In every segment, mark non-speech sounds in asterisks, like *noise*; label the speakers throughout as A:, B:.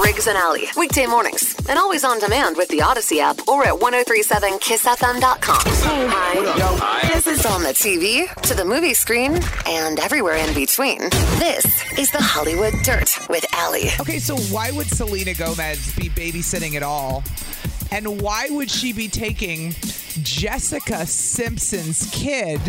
A: Riggs and Alley, weekday mornings, and always on demand with the Odyssey app or at 1037kissfm.com. Hi. This is on the TV, to the movie screen, and everywhere in between. This is the Hollywood Dirt with Alley.
B: Okay, so why would Selena Gomez be babysitting at all? And why would she be taking Jessica Simpson's kid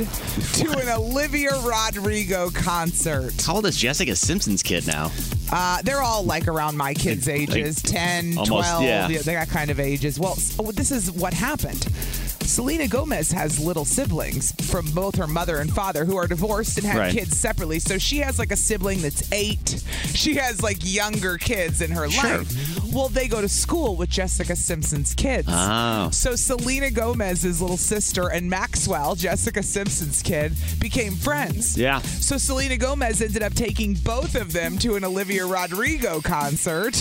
B: to an Olivia Rodrigo concert?
C: How old is Jessica Simpson's kid now?
B: Uh, they're all like around my kids' ages 10,
C: almost,
B: 12,
C: yeah.
B: they that kind of ages. Well, s- oh, this is what happened. Selena Gomez has little siblings from both her mother and father who are divorced and have
C: Right.
B: kids separately. So she has like a sibling that's eight. She has like younger kids in her life. Well, they go to school with Jessica Simpson's kids.
C: Oh.
B: So Selena Gomez's little sister and Maxwell, Jessica Simpson's kid, became friends.
C: Yeah.
B: So Selena Gomez ended up taking both of them to an Olivia
C: *laughs*
B: Rodrigo concert.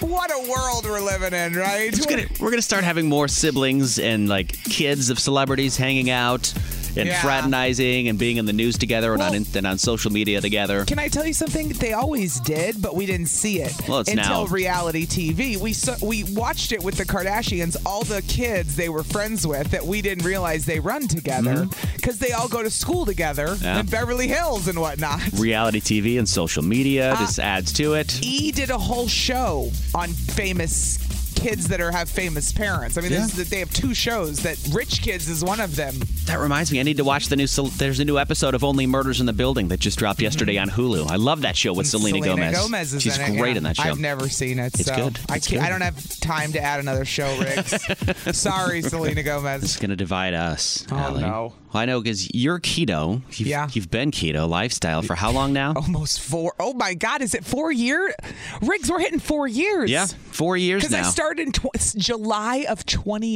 B: what a world we're living in, right?
C: It's gonna- we're going to start having more siblings and like kids of celebrities hanging out and
B: Yeah.
C: fraternizing and being in the news together and, on,
B: Well-
C: and on social media together.
B: Can I tell you something? They always did, but we didn't see it
C: Well, it's
B: until
C: now.
B: reality TV. We saw, we watched it with the Kardashians. All the kids they were friends with that we didn't realize they run together because they all go to school together
C: Mm-hmm. Yeah.
B: in Beverly Hills and whatnot.
C: Reality TV and social media.
B: Uh,
C: this adds to it.
B: E did a whole show on famous kids that are have famous parents. I mean, this is, they have two shows that Rich Kids is one of them.
C: That reminds me, I need to watch the new. Sel- There's a new episode of Only Murders in the Building that just dropped yesterday
B: Mm-hmm.
C: on Hulu. I love that show with Selena, Gomez.
B: is
C: She's
B: in it,
C: great
B: yeah.
C: in that show.
B: I've never seen it.
C: It's
B: so
C: good.
B: I
C: It's
B: can't, I
C: good.
B: don't have time to add another show,
C: *laughs*
B: Riggs. Sorry, Selena Gomez.
C: It's gonna divide us.
B: Oh,
C: Allie.
B: no.
C: Well, I know because you're keto. You've,
B: Yeah.
C: You've been keto lifestyle for how long now?
B: *laughs* Almost four. Oh my God, is it four years? Riggs, we're hitting four years.
C: yeah, four *laughs* years
B: Because
C: now.
B: I started in tw- July of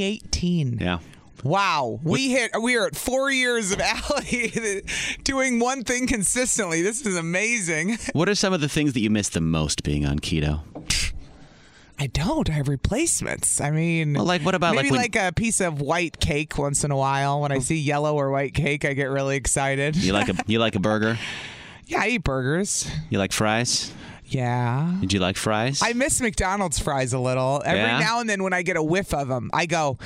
B: 2018.
C: yeah.
B: Wow, we hit we are at four years of Allie *laughs* doing one thing consistently. This is amazing. *laughs*
C: What are some of the things that you miss the most being on keto?
B: I don't. I have replacements. I mean,
C: Well, like, what about, like,
B: maybe
C: when- Oh.
B: like, a piece of white cake once in a while? When I see yellow or white cake, I get really excited.
C: You like a you like a burger?
B: *laughs* yeah, I eat burgers.
C: You like fries?
B: Yeah.
C: Did you like fries?
B: I miss McDonald's fries a little. Every
C: Yeah?
B: now and then, when I get a whiff of them, I go,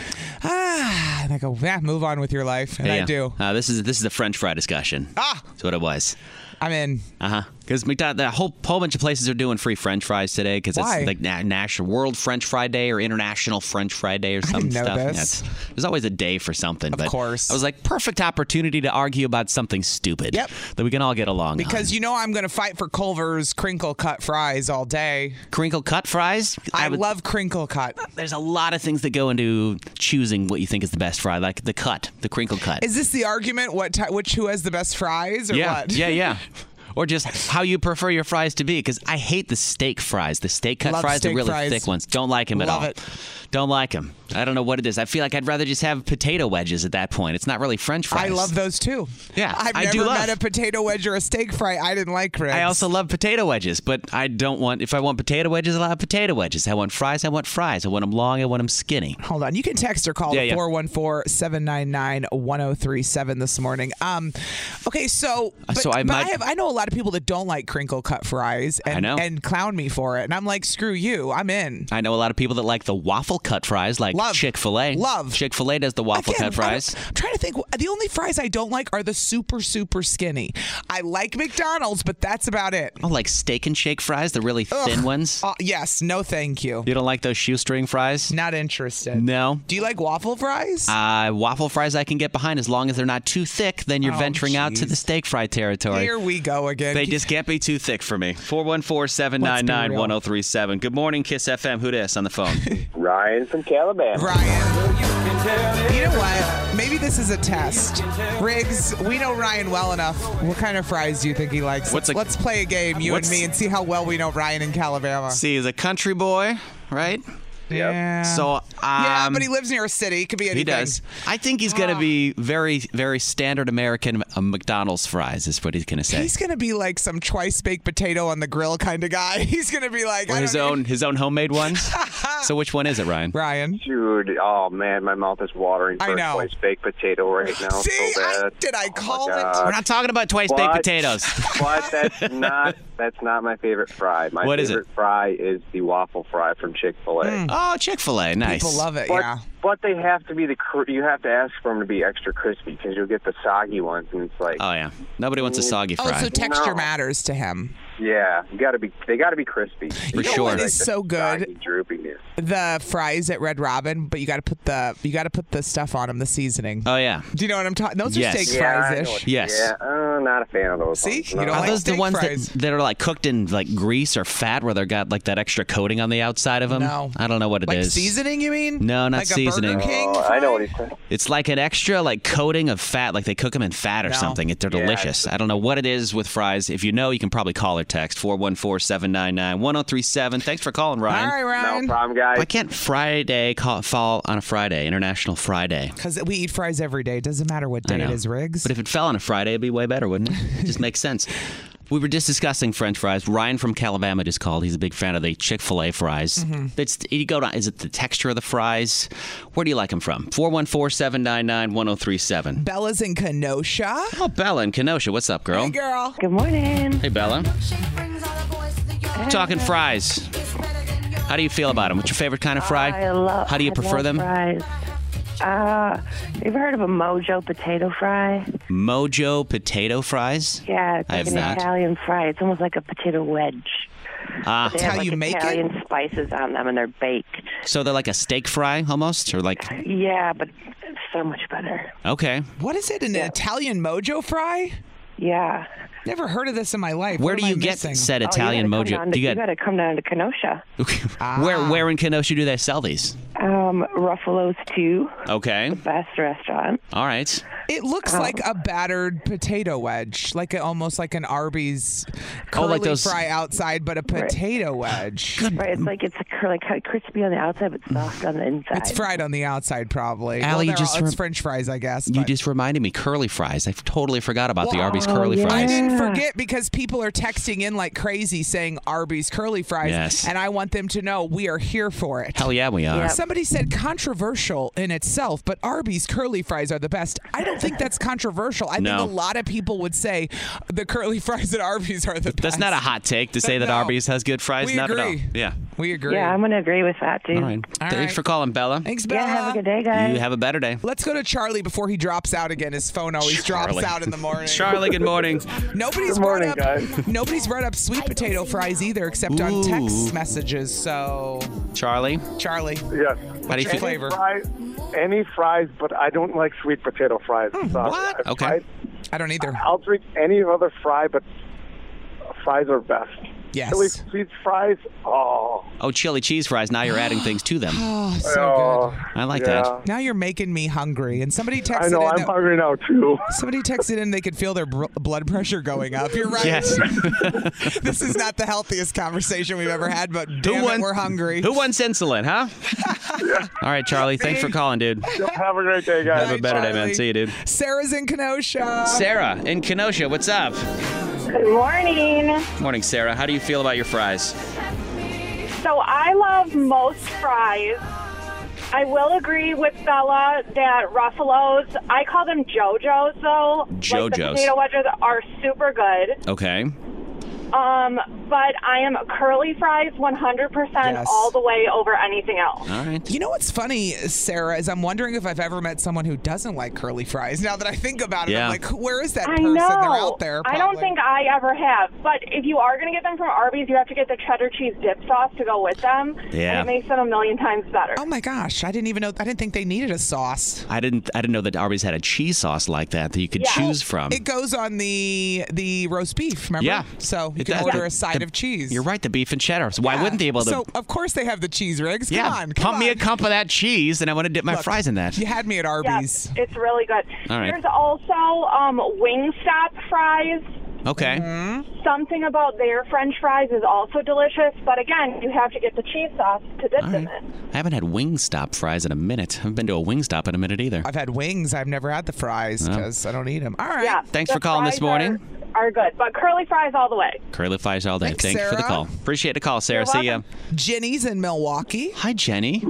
B: ah, and I go, yeah, move on with your life, and I
C: Yeah.
B: do.
C: Uh, this is this is a French fry discussion.
B: Ah,
C: That's what it was.
B: I'm in.
C: Uh huh. Because McDonald's, that whole whole bunch of places are doing free French fries today because it's
B: Why?
C: like na- National World French Fry Day or International French Fry Day or some
B: didn't know
C: stuff.
B: this.
C: it's- there's always a day for something. Of but
B: course.
C: I was like, perfect opportunity to argue about something stupid.
B: Yep.
C: That we can all get along.
B: Because you know I'm going to fight for Culver's crinkle cut fries all day.
C: on. crinkle cut fries.
B: I,
C: would-
B: love crinkle cut.
C: There's a lot of things that go into choosing what you think is the best fry, like the cut, the crinkle cut.
B: Is this the argument? What ti which who has the best fries or
C: yeah.
B: what?
C: Yeah.
B: *laughs*
C: Yeah. Or just how you prefer your fries to be, because I hate the steak fries, the steak cut
B: Love
C: fries, the
B: steak
C: really
B: fries.
C: thick ones. Don't like them at
B: Love
C: all.
B: it.
C: Don't like them. I don't know what it is. I feel like I'd rather just have potato wedges at that point. It's not really French
B: I
C: fries.
B: love those too.
C: Yeah,
B: I've
C: I
B: never
C: do love.
B: met a potato wedge or a steak fry I didn't like. Chris.
C: I also love potato wedges, but I don't want. If I want potato wedges, I'll have potato wedges. I want fries. I want fries. I want them long. I want them skinny.
B: Hold on. You can text or call
C: Yeah, yeah.
B: 414 799 1037 this morning. Um, okay, so. But,
C: so I
B: but
C: Uh, might-
B: have, I know a lot lot of people that don't like crinkle cut fries and,
C: I know.
B: and clown me for it. And I'm like, screw you, I'm in.
C: I know a lot of people that like the waffle cut fries, like
B: Love.
C: Chick fil A.
B: Love.
C: Chick fil A does the waffle
B: Again,
C: cut fries.
B: I'm, I'm trying to think. The only fries I don't like are the super, super skinny. I like McDonald's, but that's about it.
C: Oh, like steak and shake fries, the really thin ones.
B: Uh, yes, no thank you.
C: You don't like those shoestring fries?
B: Not interested.
C: No.
B: Do you like waffle fries?
C: Uh, waffle fries I can get behind as long as they're not too thick. Then you're
B: Oh,
C: venturing out to
B: jeez.
C: the steak fry territory.
B: Here we go again.
C: They just can't be too thick for me. 414 799 1037. Good morning, Kiss FM. Who dis on the
B: *laughs*
C: phone?
D: Ryan from Calabash.
B: Ryan. You know what? Maybe this is a test. Riggs, we know Ryan well enough. What kind of fries do you think he likes?
C: What's a-
B: Let's play a game, you and
C: what's-
B: me, and see how well we know Ryan in Calabama.
C: See, he's a country boy, right?
B: Yeah.
C: So, um,
B: yeah, but he lives near a city. It could be anything. Ah,
C: He does. I think he's
B: Oh.
C: going to be very, very standard American uh, McDonald's fries, is what he's going to say.
B: He's gonna be like some twice baked potato on the grill kind of guy. *laughs* He's gonna be like
C: Or
B: I
C: his
B: don't
C: own, his own homemade
B: *laughs*
C: ones. so, which one is it, Ryan?
B: even- Ryan.
D: Dude, oh man, my mouth is watering.
B: I
D: First
B: know.
D: place baked potato
B: *laughs*
D: right now.
B: See,
D: so
B: I,
D: bad.
B: did I
D: Oh, my
B: call
D: God.
B: it?
C: We're not talking about twice baked
D: What?
C: potatoes.
D: *laughs* but
B: *laughs*
D: that's not that's not my favorite fry. My
C: What is
D: favorite fry is the waffle fry from Chick Fil A.
B: Hmm.
C: Oh, Chick fil A. Nice.
B: Mm. People love it.
D: But,
B: Yeah.
D: but they have to be the cr- you have to ask for them to be extra crispy because you'll get the soggy ones and it's like
C: Oh, yeah. Nobody wants a soggy
B: Oh,
C: fry.
B: so texture
D: No.
B: matters to him.
D: yeah you got to be they got to be crispy for
C: You know sure. what
B: is so good?
D: soggy, droopiness.
B: The fries at Red Robin, but you got to put the you got to put the stuff on them, the seasoning.
C: oh, yeah.
B: Do you know what I'm talking? Those
C: Yes.
B: are steak
D: Yeah, I know
B: fries
D: what-
B: ish.
C: Yes.
D: yeah uh, not a fan of those
B: See?
D: ones.
B: You
D: No.
B: don't
C: Are
B: like
C: those the
B: steak
C: ones
B: fries.
C: that, that are like cooked in like grease or fat where they're got like that extra coating on the outside of them?
B: No.
C: I don't know what it is.
B: Like seasoning, you mean?
C: No, not
B: like A
C: seasoning.
B: Burger King
D: Oh, I know
B: fry?
D: what he's saying.
C: It's like an extra like coating of fat, like they cook them in fat or
B: No.
C: something. It, they're
D: Yeah,
C: delicious. I don't know what it is with fries. If you know, you can probably call or text 414-799-1037. Thanks for calling,
B: All
C: Ryan.
B: right,
D: No
B: Ryan.
D: problem, guys.
C: Why can't Friday call, fall on a Friday, International Friday?
B: Because we eat fries every day. Doesn't matter what day it
C: know.
B: is, Riggs.
C: But if it fell on a Friday, it'd be way better, wouldn't it? It
B: *laughs*
C: just makes sense. We were just discussing French fries. Ryan from Calabama just called. He's a big fan of the Chick fil A fries.
B: Mm-hmm.
C: It's, you go down, is it the texture of the fries? Where do you like them from? 414 799 1037.
B: Bella's in Kenosha.
C: Oh, Bella in Kenosha. What's up, girl?
B: Hey, girl.
E: Good morning.
C: Hey, Bella. We're talking fries. How do you feel about them? What's your favorite kind of fry?
E: I love.
C: How do you
E: I
C: prefer
E: love
C: them?
E: Fries. Uh, you've heard of a Mojo potato fry?
C: Mojo potato fries?
E: Yeah, it's
C: I
E: like
C: have
E: an
C: not.
E: Italian fry. It's almost like a potato wedge.
C: Ah.
E: They
B: How
E: have like
B: you make it?
E: Italian spices on them, and they're baked.
C: So they're like a steak fry almost? Or like,
E: Yeah, but it's so much better.
C: okay.
B: What is it? An Italian mojo fry?
E: Yeah.
B: Never heard of this in my life.
C: Where
B: What
C: do
B: am
C: you
B: I
C: get
B: missing?
C: said Italian
E: oh, you gotta Come
C: mojo?
E: down
C: Do
E: to,
C: you
E: you
C: get-
E: gotta come down to Kenosha.
B: Ah.
C: where where in Kenosha do they sell these?
E: Um, Ruffalo's too.
C: Okay,
E: Best restaurant.
C: all right.
B: It looks like
E: Oh.
B: a battered potato wedge, like a, almost like an Arby's
C: Oh,
B: curly
C: like those-
B: fry outside, but a potato wedge.
E: Right, it's like it's cr- like kind of crispy on the outside, but
C: Mm.
E: soft on the inside.
B: It's fried on the outside, probably.
C: Allie, you
B: well, they're
C: just
B: all, it's
C: rem-
B: French fries, I guess.
C: You
B: but-
C: just reminded me curly fries. I totally forgot about the
B: Well,
C: Arby's
E: oh,
C: curly
E: yeah.
B: I
C: fries.
B: didn't forget because people are texting in like crazy saying Arby's curly fries,
C: Yes.
B: and I want them to know we are here for it.
C: Hell yeah, we are.
E: Yeah.
B: Somebody said controversial in itself, but Arby's curly fries are the best. I don't think that's controversial. I
C: No.
B: think a lot of people would say the curly *laughs* fries at Arby's are the best.
C: That's not a hot take to say that
B: No.
C: Arby's has good fries.
B: We
C: not at all.
B: agree.
C: Yeah.
B: We agree.
E: Yeah, I'm gonna agree with that too.
C: All right.
B: All
C: Thanks
B: right.
C: for calling, Bella.
B: Thanks, Bella.
E: Yeah, have a good day, guys.
C: You have a better day.
B: Let's go to Charlie before he drops out again. His phone always
C: Charlie.
B: drops out in the morning.
C: Charlie, good morning.
B: *laughs* Nobody's
D: Good morning,
B: brought up
D: guys.
B: nobody's brought up sweet potato fries either, except on
C: Ooh.
B: text messages. So,
C: Charlie,
B: Charlie,
F: Yes.
C: how do you
B: your
C: feel?
B: flavor?
F: Fry, any fries, but I don't like sweet potato fries. Sorry.
C: what?
F: I've
C: Okay.
F: tried-
B: Hmm, I don't either.
F: I'll drink any other fry, but fries are best.
B: Yes.
F: At least sweet fries. Oh,
C: Oh, chili cheese fries. Now you're adding things to them.
B: *gasps* Oh, so
F: oh,
C: I like
F: yeah.
C: that.
B: good. Now you're making me hungry. And somebody texted
F: I know.
B: in.
F: I'm
B: that-
F: hungry now too. *laughs*
B: Somebody texted in they could feel their br- blood pressure going up. You're right.
C: Yes.
B: *laughs* this is not the healthiest conversation we've ever had, but damn it,
C: won-
B: we're hungry.
C: Who wants insulin, huh?
F: *laughs*
C: All right, Charlie. Thanks for calling, dude.
F: Have a great day, guys.
C: Have a better day, man.
B: Charlie.
C: See you, dude.
B: Sarah's in Kenosha.
C: Sarah in Kenosha, what's up?
G: Good morning.
C: Morning, Sarah. How do you feel about your fries?
G: So I love most fries, I will agree with Bella that Ruffalo's, I call them JoJo's though. Like the
C: JoJo's.
G: potato wedges are super good.
C: Okay.
G: Um, but I am curly fries 100%
B: Yes.
G: all the way over anything else.
C: All right.
B: You know what's funny, Sarah, is I'm wondering if I've ever met someone who doesn't like curly fries. Now that I think about it,
C: Yeah.
B: I'm like, who- where is that
G: I
B: person?
G: know.
B: They're out there.
G: I don't
B: probably.
G: think I ever have. But if you are going to get them from Arby's, you have to get the cheddar cheese dip sauce to go with them.
C: Yeah.
G: And it makes them a million times better.
B: Oh my gosh, I didn't even know. I didn't think they needed a sauce.
C: I didn't. I didn't know that Arby's had a cheese sauce like that that you could
G: Yeah.
C: choose from.
B: It goes on the the roast beef, remember?
C: yeah.
B: So you
C: It
B: can
C: does.
B: order
C: The-
B: a side
C: the-
B: of cheese.
C: You're right. The beef and cheddar. So why
B: Yeah.
C: wouldn't they be able to?
B: So of course they have the cheese rigs. Come
C: yeah.
B: on, come
C: pump me a
B: on.
C: cup of that cheese, and I want to dip my
B: Look,
C: fries in that.
B: You had me at Arby's.
G: Yes, it's really good.
C: All right.
G: There's also um, Wingstop fries.
C: Okay.
B: Mm-hmm.
G: Something about their French fries is also delicious, but again, you have to get the cheese sauce to dip
C: All
G: them
C: right.
G: in.
C: I haven't had Wingstop fries in a minute. I haven't been to a Wingstop in a minute either.
B: I've had wings. I've never had the fries because I don't eat them. All right.
G: Yeah.
C: Thanks
G: the
C: for calling this
G: fries are-
C: morning.
G: Are, good, but curly fries all the way.
C: Curly fries all day.
B: Thanks,
C: Thank you for the
B: Sarah.
C: call. Appreciate the call, Sarah. See ya.
B: Jenny's in Milwaukee.
C: Hi, Jenny.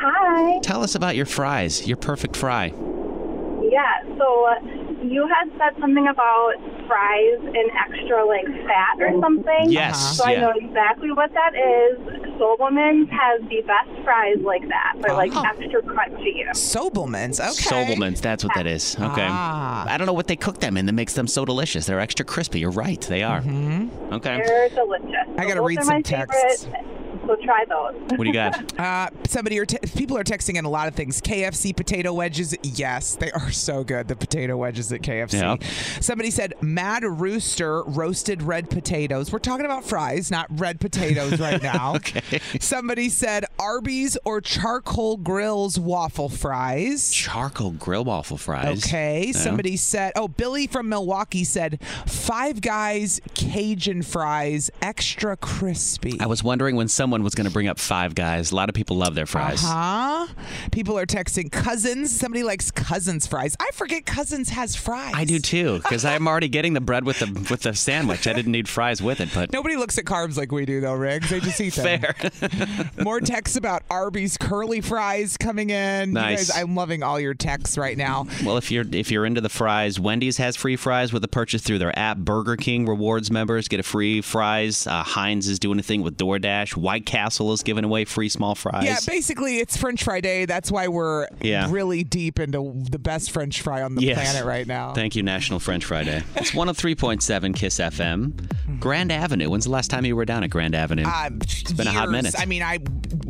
G: Hi.
C: Tell us about your fries. Your perfect fry.
G: Yeah, so uh, you had said something about fries and extra like fat or something.
C: Yes.
G: So I know
C: Yeah.
G: exactly what that is. Soul Woman's has the best fries like that. They're like
B: Oh.
G: extra crunchy.
B: Sobelman's. Okay.
C: Sobelmans, that's what that is. Okay.
B: Ah.
C: I don't know what they cook them in that makes them so delicious. They're extra crispy. You're right. They are.
B: Mm-hmm.
C: Okay.
G: They're delicious.
B: I gotta
G: Those
B: read
G: are
B: some
G: my
B: texts.
G: favorite, So try those.
C: What do you got?
G: *laughs*
B: Uh, somebody or t- people are texting in a lot of things. KFC potato wedges, yes, they are so good. The potato wedges at KFC.
C: Yeah.
B: Somebody said Mad Rooster roasted red potatoes. We're talking about fries, not
C: *laughs*
B: red potatoes right now. okay. Somebody said Arby's or charcoal grills waffle fries.
C: Charcoal grill waffle fries.
B: Okay.
C: Yeah.
B: Somebody said, oh, Billy from Milwaukee said Five Guys Cajun fries, extra crispy.
C: I was wondering when someone was going to bring up Five Guys. A lot of people love their fries.
B: Uh-huh. Huh? People are texting cousins. Somebody likes cousins fries. I forget cousins has fries.
C: I do too, because I'm already getting the bread with the with the sandwich. I didn't need fries with it, but
B: Nobody looks at carbs like we do, though, Riggs. They just eat them.
C: *laughs* fair.
B: *laughs* More texts about Arby's curly fries coming in. You
C: Nice.
B: guys, I'm loving all your texts right now.
C: Well, if you're if you're into the fries, Wendy's has free fries with a purchase through their app. Burger King rewards members get a free fries. Uh, Heinz is doing a thing with DoorDash. White Castle is giving away free small fries.
B: Yeah, basically, it's French Fry Day. That's why we're
C: Yeah.
B: really deep into the best French fry on the
C: Yes.
B: planet right now.
C: Thank you, National French Friday. It's 103.7 Kiss FM, Grand Avenue. When's the last time you were down at Grand Avenue?
B: Uh, it's
C: been a hot minute.
B: I mean, I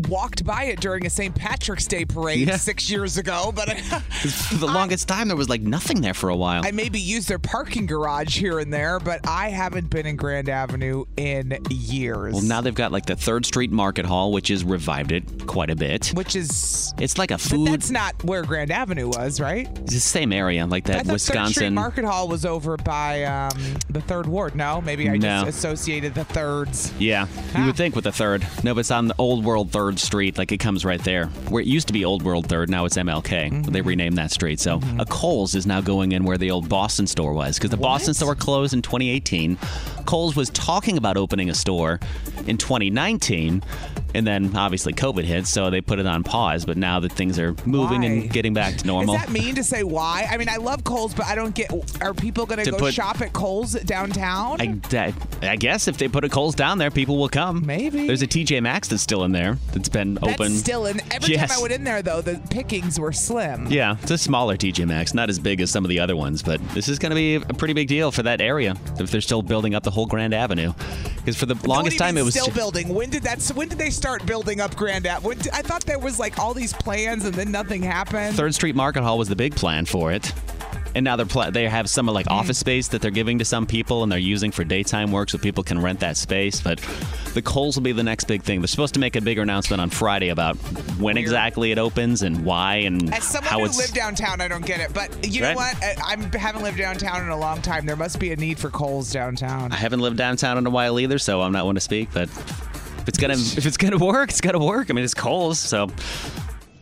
B: walked by it during a St. Patrick's Day parade
C: Yeah.
B: six years ago, but
C: For the longest time, there was like nothing there for a while.
B: I maybe use their parking garage here and there, but I haven't been in Grand Avenue in years.
C: well, now they've got like the Third Street Market Hall, which has revived it quite a bit.
B: which is
C: It's like a
B: but
C: food,
B: that's not where Grand Avenue was, right?
C: it's the same area, like
B: I
C: that
B: thought Third Street
C: Wisconsin.
B: Market Hall was over by um, the Third Ward. No, maybe I
C: No.
B: just associated the thirds.
C: Yeah, you
B: Ah.
C: would think with the third. No, but it's on the Old World Third Street. Like it comes right there, where it used to be Old World Third. Now it's MLK.
B: Mm-hmm.
C: They renamed that street. So a Kohl's is now going in where the old Boston store was, because the Boston store closed in 2018. Kohl's was talking about opening a store in 2019, and then obviously COVID hit, so they put it on pause. But now that things are moving
B: Why?
C: and getting back to normal,
B: Is that mean to say why? I mean, I love Kohl's, but I don't get. Are people going
C: To
B: to go
C: put-
B: shop at Kohl's downtown?
C: I, that, I guess if they put a Kohl's down there, people will come.
B: Maybe.
C: there's a TJ Maxx that's still in there that's been
B: That's
C: open.
B: still in. Every
C: Yes.
B: time I went in there, though, the pickings were slim.
C: Yeah, it's a smaller TJ Maxx, not as big as some of the other ones, but this is going to be a pretty big deal for that area if they're still building up the whole Grand Avenue. Because for the longest
B: what do you
C: time,
B: mean
C: it was
B: still building. When did that? When did they start building up Grand Ave? When did- I thought there was like all these plans, and then nothing happened.
C: Third Street Market Hall was the big plan for it. And now they're pla they have some
B: Mm.
C: like office space that they're giving to some people and they're using for daytime work so people can rent that space. But the Coles will be the next big thing. They're supposed to make a bigger announcement on Friday about when exactly it opens and why and
B: As someone
C: how
B: who
C: it's
B: lived downtown, I don't get it. But you know
C: Right.
B: what? I, I'm haven't lived downtown in a long time. There must be a need for Kohl's downtown.
C: I haven't lived downtown in a while either, so I'm not one to speak. But if it's gonna if it's gonna work, it's gonna work. I mean, it's Coles, so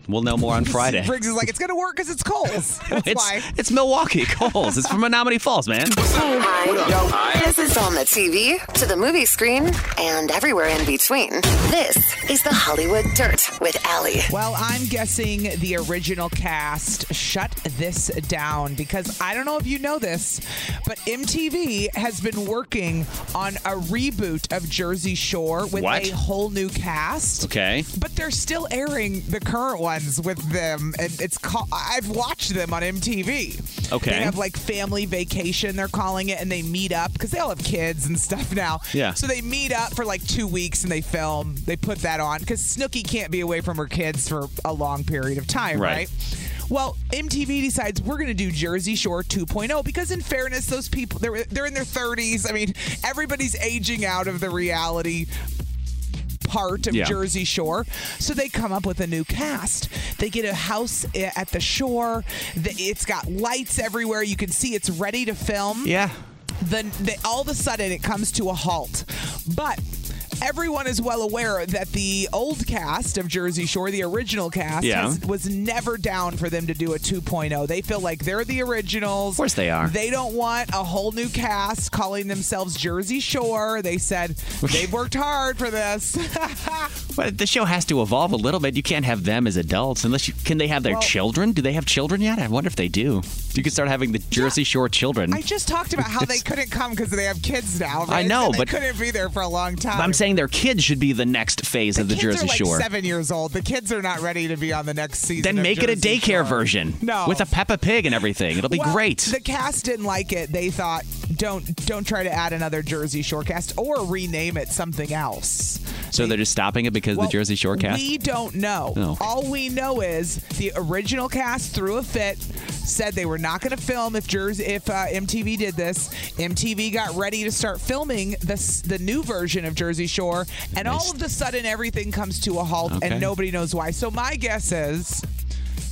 C: We'll know
B: *laughs*
C: more on Friday.
B: Briggs is like, it's going to work because
C: *laughs*
B: it's Coles. That's
C: it's,
B: why.
C: it's Milwaukee Coles. It's from Menominee Falls,
B: *laughs*
C: man.
A: Hi. This is on the TV, to the movie screen, and everywhere in between. This is the Hollywood Dirt with Allie.
B: Well, I'm guessing the original cast shut this down because I don't know if you know this, but MTV has been working on a reboot of Jersey Shore with
C: What?
B: a whole new cast.
C: Okay.
B: But they're still airing the current ones with them, and it's called. I've watched them on MTV.
C: Okay.
B: They have like family vacation, they're calling it, and they meet up because they all have kids and stuff now.
C: Yeah.
B: So they meet up for like two weeks and they film. They put that on because Snooki can't be away from her kids for a long period of time,
C: Right.
B: right? Well, MTV decides we're going to do Jersey Shore 2.0 because, in fairness, those people they're they're in their 30s. I mean, everybody's aging out of the reality part of
H: Yeah.
B: Jersey Shore. So they come up with a new cast. They get a house i- at the shore. The- It's got lights everywhere. You can see it's ready to film.
C: Yeah.
B: Then the, all of a sudden it comes to a halt. But everyone is well aware that the old cast of Jersey Shore, the original cast,
C: Yeah.
B: has- was never down for them to do a 2.0. They feel like they're the originals. Of
C: course they are.
B: They don't want a whole new cast calling themselves Jersey Shore. They said they've worked hard for this. *laughs*
C: But the show has to evolve a little bit. You can't have them as adults unless you can they have their
B: Well-
C: children? Do they have children yet? I wonder if they do. You could start having the Jersey Shore children.
B: I just talked about how
C: *laughs*
B: they couldn't come because they have kids now. Right?
C: know,
B: And they
C: but-
B: couldn't be there for a long time.
C: I'm saying their kids should be the next phase of the
B: kids
C: Jersey
B: are like
C: Shore.
B: seven years old. The kids are not ready to be on the next season.
C: Then
B: of
C: make it a
B: Jersey
C: daycare
B: Shore.
C: version
B: No.
C: with a Peppa Pig and everything. It'll be
B: Well,
C: great.
B: The cast didn't like it. They thought, don't don't try to add another Jersey Shore cast or rename it something else.
C: So they're just stopping it because
B: Well,
C: the Jersey Shore cast.
B: We don't know.
C: Oh.
B: All we know is the original cast threw a fit, said they were not going to film if Jersey if uh, MTV did this. MTV got ready to start filming this the new version of Jersey Shore, and all of a sudden everything comes to a halt,
I: Okay.
B: and nobody knows why. So my guess is.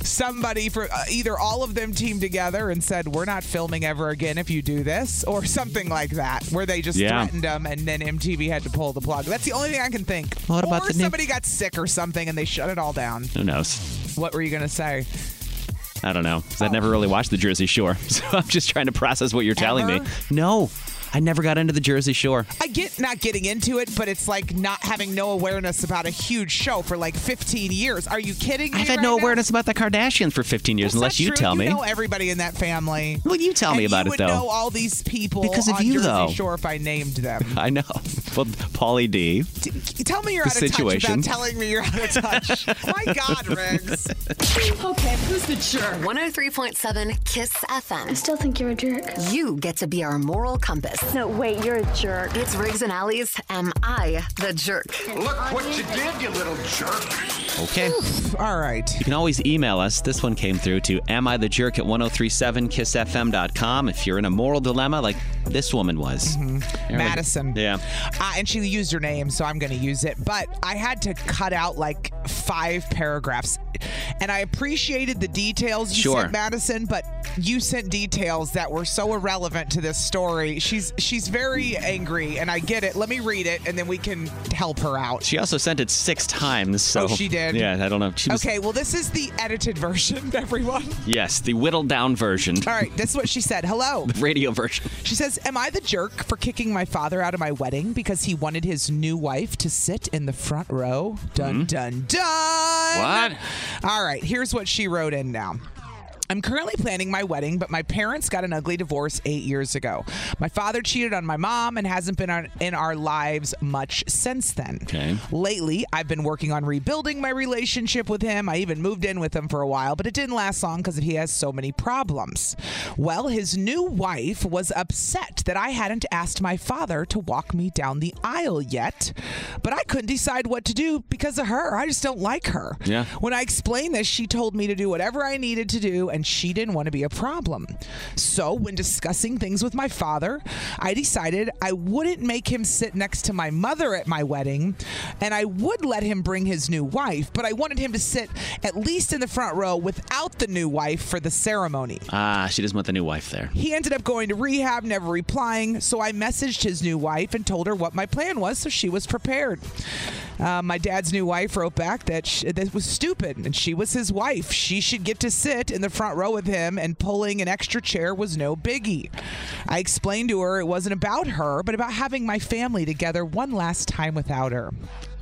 B: Somebody for uh, either all of them teamed together and said, "We're not filming ever again if you do this," or something like that, where they just
C: Yeah.
B: threatened them, and then MTV had to pull the plug. That's the only thing I can think
C: What about
B: or
C: the new-
B: somebody got sick or something and they shut it all down.
C: Who knows?
B: What were you gonna say?
C: I don't know. 'cause I've
B: Oh.
C: never really watched the Jersey Shore, *laughs* so I'm just trying to process what you're telling me.
B: Ever?
C: No, I never got into the Jersey Shore.
B: I get not getting into it, but it's like not having no awareness about a huge show for like 15 years. Are you kidding me?
C: I've had
B: right
C: no
B: now?
C: awareness about the Kardashians for 15 years,
B: That's
C: unless
B: not
C: you
B: true.
C: tell me.
B: You know everybody in that family.
C: Well, you tell
B: And
C: me about
B: you
C: it,
B: would
C: though.
B: know all these people
C: Because of
B: on
C: you,
B: Jersey
C: though.
B: Shore if I named them.
C: *laughs*
B: *laughs*
C: I know. Well, Pauly D.
B: Tell me you're
C: The
B: out of
C: situation.
B: touch without telling me *laughs* you're out
C: *laughs*
B: of touch. My God, Riggs.
A: Okay, who's the jerk? 103.7 Kiss FM. I still think you're a jerk. You get to be our moral compass. No, wait, you're a jerk. It's Riggs and Allies. Am I the jerk?
J: Look what you did, you little jerk.
C: Okay.
B: All right.
C: You can always email us. This one came through to am I the jerk at 1037kissfm.com if you're in a moral dilemma like this woman was. Apparently-
B: Mm-hmm. Madison.
C: Yeah.
B: Uh, and she used her name, so I'm going to use it. But I had to cut out like five paragraphs. And I appreciated the details you
C: Sure.
B: sent, Madison, but you sent details that were so irrelevant to this story. She's she's very angry, and I get it. Let me read it, and then we can help her out.
C: She also sent it six times. So
B: Oh, she did?
C: Yeah, I don't know. She was,
B: okay, well, this is the edited *laughs* version, everyone.
C: Yes, the whittled down version,
B: All right, this is what she said.
C: *laughs*
B: Hello.
C: the radio version.
B: She says, Am I the jerk for kicking my father out of my wedding because he wanted his new wife to sit in the front row? Dun, dun, dun. What? All right, here's what she wrote in now. I'm currently planning my wedding, but my parents got an ugly divorce eight years ago. My father cheated on my mom and hasn't been on, in our lives much since then.
C: Okay.
B: Lately, I've been working on rebuilding my relationship with him. I even moved in with him for a while, but it didn't last long because he has so many problems. Well, his new wife was upset that I hadn't asked my father to walk me down the aisle yet, but I couldn't decide what to do because of her. I just don't like her.
C: Yeah.
B: When I explained this, she told me to do whatever I needed to do, and she didn't want to be a problem. So, when discussing things with my father, I decided I wouldn't make him sit next to my mother at my wedding, and I would let him bring his new wife, but I wanted him to sit at least in the front row without the new wife for the ceremony.
C: Ah, she doesn't want the new wife there.
B: He ended up going to rehab, never replying. So I messaged his new wife and told her what my plan was, so she was prepared. Uh, my dad's new wife wrote back that sh this was stupid, and she was his wife. She should get to sit in the front row with him, and pulling an extra chair was no biggie. I explained to her it wasn't about her, but about having my family together one last time without her.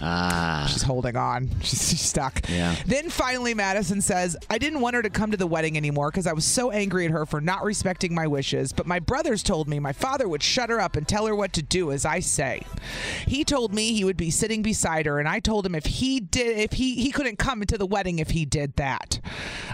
C: Ah.
B: She's holding on. *laughs* She's, she's stuck.
C: Yeah.
B: Then finally, Madison says, I didn't want her to come to the wedding anymore because I was so angry at her for not respecting my wishes, but my brothers told me my father would shut her up and tell her what to do as I say. He told me he would be sitting beside her, and I told him if he did, if he, he couldn't come to the wedding if he did that.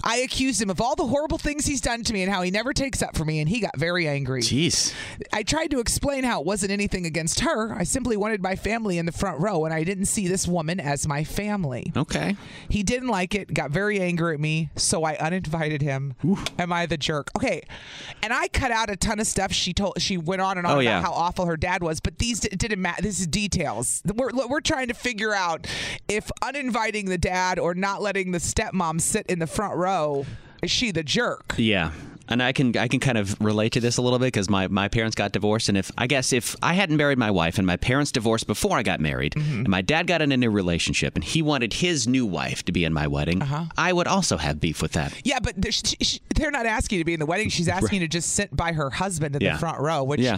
B: I accused him of all the horrible things he's done to me and how he never takes up for me, and he got very angry.
C: Jeez.
B: I tried to explain how it wasn't anything against her. I simply wanted my family in the front row, and I didn't see this woman as my family.
C: Okay.
B: He didn't like it, got very angry at me, so I uninvited him. Am I the jerk? Okay. And I cut out a ton of stuff. She told she went on and on
C: Oh,
B: about
C: yeah.
B: how awful her dad was, but these d- didn't matter. This is details. We're look, we're trying to figure out if uninviting the dad or not letting the stepmom sit in the front row is she the jerk?
C: Yeah. And I can I can kind of relate to this a little bit because my, my parents got divorced and if I guess if I hadn't married my wife and my parents divorced before I got married
B: Mm-hmm.
C: and my dad got in a new relationship and he wanted his new wife to be in my wedding,
B: Uh-huh.
C: I would also have beef with that.
B: Yeah, but they're, she, she, they're not asking you to be in the wedding. She's asking you to just sit by her husband in
C: Yeah.
B: the front row, which
C: Yeah.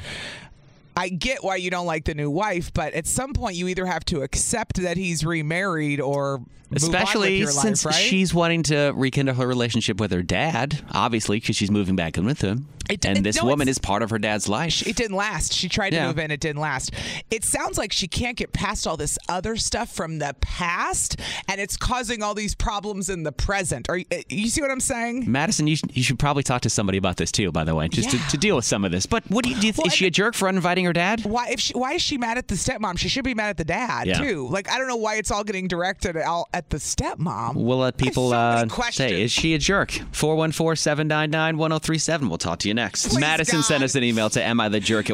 B: I get why you don't like the new wife, but at some point you either have to accept that he's remarried or move on with
C: Especially
B: your life,
C: since
B: right?
C: she's wanting to rekindle her relationship with her dad, obviously because she's moving back in with him, and
B: it-
C: this
B: no,
C: woman
B: it's-
C: is part of her dad's life.
B: it didn't last. She tried to
C: Yeah.
B: move in, it didn't last. It sounds like she can't get past all this other stuff from the past, and it's causing all these problems in the present. Are you, you see what I'm saying?
C: Madison, you, sh- you should probably talk to somebody about this too, by the way, just
B: Yeah.
C: to, to deal with some of this. But what do you, do you th- is she a jerk for uninviting her dad?
B: Why if she, why is she mad at the stepmom? She should be mad at the dad
C: Yeah.
B: too. Like I don't know why it's all getting directed all at the stepmom.
C: We'll let people uh, say, is she a jerk? 414 799 1037. We'll talk to you next. Madison sent us an email to am I the jerk at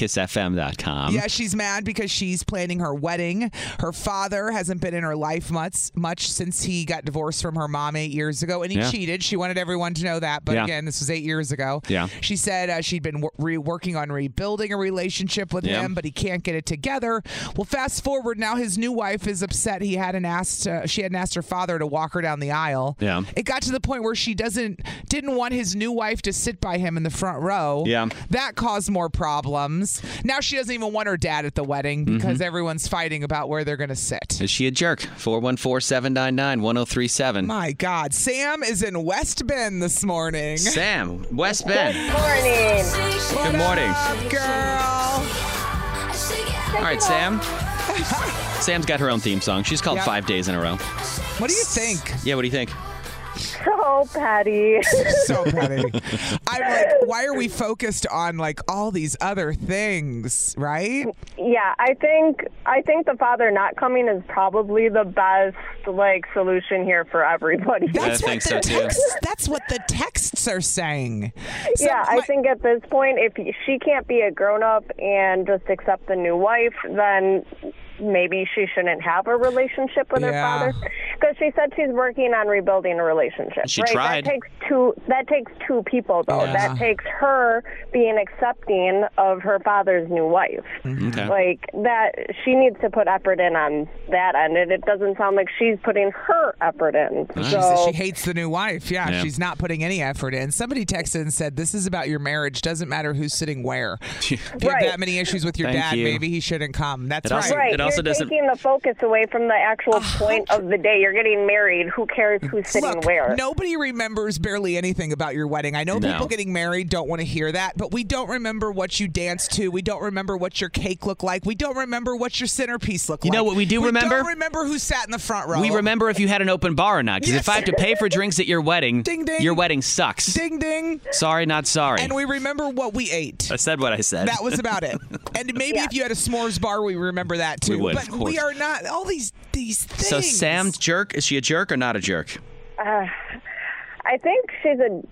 C: 1037kissfm.com.
B: yeah, she's mad because she's planning her wedding. Her father hasn't been in her life much much since he got divorced from her mom eight years ago, and he
C: Yeah.
B: cheated. She wanted everyone to know that, but
C: Yeah.
B: again, this was eight years ago.
C: Yeah.
B: She said uh, she'd been re- working on rebuilding a relationship with
C: Yeah.
B: him, but he can't get it together. Well, fast forward now, his new wife is upset he hadn't asked. Uh, she hadn't asked her father to walk her down the aisle.
C: Yeah.
B: It got to the point where she doesn't didn't want his new wife to sit by him in the front row.
C: Yeah.
B: That caused more problems. Now she doesn't even want her dad at the wedding
C: Mm-hmm.
B: because everyone's fighting about where they're going to sit.
C: Is she a jerk? 414 799 1037.
B: My God, Sam is in West Bend this morning.
C: Sam, West Bend.
B: morning.
C: Good morning.
B: girl.
C: All
H: *laughs*
C: right, Sam. Sam's got her own theme song. She's called
B: Yeah.
C: Five Days in a Row.
B: What do you think?
C: Yeah, what do you think?
H: Oh,
B: So petty.
C: *laughs*
B: so petty. I'm like, why are we focused on like all these other things, right?
H: *laughs* Yeah, I think I think the father not coming is probably the best like solution here for everybody.
B: That's what the texts, that's what the texts are saying. *laughs*
H: yeah, I think at this point, if she can't be a grown up and just accept the new wife, then maybe she shouldn't have a relationship with
B: Yeah.
H: her father. Because she said she's working on rebuilding a relationship.
B: She
H: right?
B: tried.
H: That takes two. That takes two people, though.
B: Yeah.
H: That takes her being accepting of her father's new wife.
B: Mm-hmm.
I: Okay.
H: Like that, she needs to put effort in on that end, and it doesn't sound like she's putting her effort in.
B: She says
H: So
B: she hates the new wife. Yeah,
C: Yeah.
B: she's not putting any effort in. Somebody texted and said, "This is about your marriage. Doesn't matter who's
C: *laughs*
B: sitting where. If you have that many issues with your
C: Thank
B: dad,
C: you.
B: maybe he shouldn't come." That's
C: It also-
B: right.
H: Right.
C: It also
H: You're
C: doesn't- Ah,
H: taking the focus away from the actual point of the day. You're getting married. Who cares who's sitting
B: Look,
H: where?
B: nobody remembers barely anything about your wedding. I know
H: No.
B: people getting married don't want to hear that, but we don't remember what you danced to. We don't remember what your cake looked like. We don't remember what your centerpiece looked
C: You
B: like.
C: know what we do remember?
B: don't remember who sat in the front row.
C: We remember if you had an open bar or not. Because if I have to pay for drinks at your wedding,
B: Ding, ding.
C: your wedding sucks.
B: Ding ding.
C: Sorry, not sorry.
B: And we remember what we ate.
C: I said what I said.
B: That was about it.
H: *laughs*
B: And maybe if you had a s'mores bar, we remember that too.
C: We would,
B: but
C: of course.
B: we are not all these these things.
C: so Sam, jerk? Is she a jerk or not a jerk?
H: Uh, I think she's a.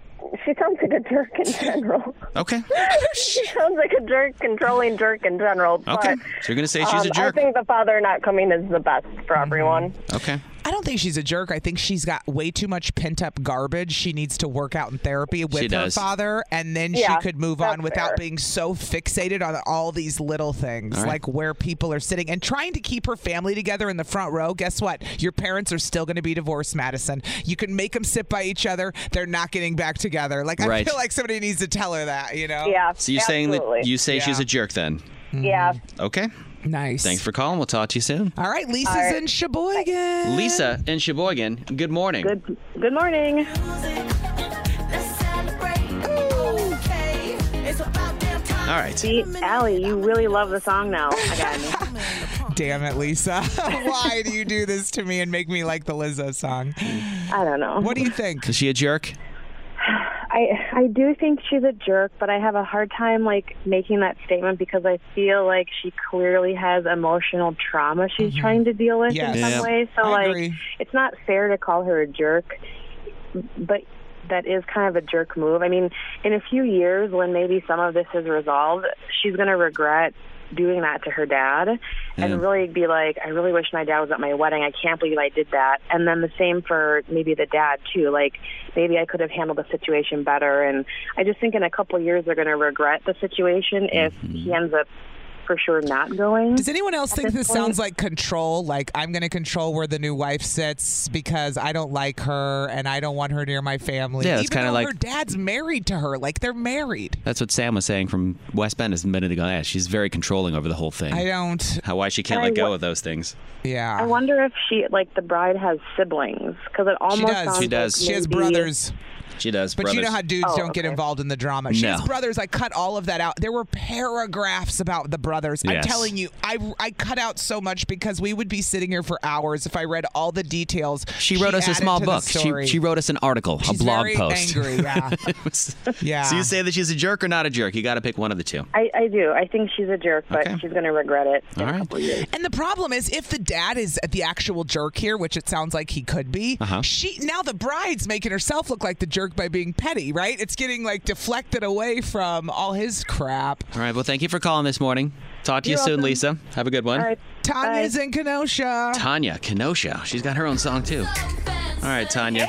H: She sounds like a jerk in general.
C: *laughs* Okay.
H: *laughs* she sounds like a jerk, controlling jerk in general.
C: Okay.
H: But,
C: So you're gonna say she's a
H: um,
C: jerk.
H: I think the father not coming is the best for everyone.
C: Okay.
B: I don't think she's a jerk. I think she's got way too much pent up garbage. She needs to work out in therapy with her
C: does.
B: father, and then
H: Yeah,
B: she could move on without being so fixated on all these little things,
C: All right.
B: like where people are sitting and trying to keep her family together in the front row. Guess what? Your parents are still going to be divorced, Madison. You can make them sit by each other. They're not getting back together. Like, I
C: Right.
B: feel like somebody needs to tell her that, you know? Hmm.
H: Yeah.
C: So you're saying that you say she's a jerk then?
H: Yeah.
C: Okay.
B: Nice.
C: Thanks for calling. We'll talk to you soon.
B: All right, Lisa's in Sheboygan.
C: Lisa in Sheboygan. Good morning.
H: Good. Good morning.
C: All right.
I: See, Allie, you really love the song now. I got me.
B: Damn it, Lisa. *laughs* Why do you do this to me and make me like the Lizzo song?
I: I don't know.
B: What do you think?
C: Is she a jerk?
I: I I do think she's a jerk, but I have a hard time like making that statement because I feel like she clearly has emotional trauma she's trying to deal with
B: Mm-hmm. Yes.
I: in some
B: Yeah.
I: way. So
B: I
I: like
B: agree.
I: it's not fair to call her a jerk, but that is kind of a jerk move. I mean, in a few years when maybe some of this is resolved, she's going to regret doing that to her dad
C: Yeah.
I: and really be like, I really wish my dad was at my wedding. I can't believe I did that. And then the same for maybe the dad too. Like maybe I could have handled the situation better. And I just think in a couple years they're going to regret the situation if
C: Mm-hmm.
I: he ends up for sure not going.
B: Does anyone else
I: At
B: think this
I: point.
B: sounds like control? Like, I'm going to control where the new wife sits because I don't like her and I don't want her near my family.
C: Yeah, it's
B: Even
C: kinda
B: though
C: like-
B: her dad's married to her. Like, they're married.
C: That's what Sam was saying from West Bend is a minute ago. Yeah, she's very controlling over the whole thing.
B: I don't.
C: How why she can't
I: And I
C: let go
I: wa-
C: of those things?
B: Yeah.
I: I wonder if she, like the bride, has siblings because it almost sounds
C: She does.
I: Like maybe-
C: She does.
B: But you know
C: brothers.
B: how dudes
I: Oh,
B: don't get
I: okay.
B: involved in the drama. She has
C: No.
B: brothers. I cut all of that out. There were paragraphs about the brothers.
C: Yes.
B: I'm telling you, I, I cut out so much because we would be sitting here for hours if I read all the details.
C: She wrote us a
B: added
C: small
B: to the
C: book. She,
B: story.
C: she wrote us an article,
B: She's
C: a blog
B: very
C: post. *laughs*
B: angry, yeah.
C: It was-
B: Yeah.
C: So you say that she's a jerk or not a jerk? You got to pick one of the two.
I: I, I do. I think she's a jerk, but she's going to regret it.
C: All right.
B: And the problem is, if the dad is the actual jerk here, which it sounds like he could be,
C: Uh-huh.
B: she now the bride's making herself look like the jerk by being petty, right? It's getting like deflected away from all his crap.
C: All right. Well, thank you for calling this morning. Talk to you
B: You're
C: soon,
B: welcome.
C: Lisa. Have a good one.
B: Tanya's in Kenosha.
C: Tanya Kenosha. She's got her own song too. All right, Tanya.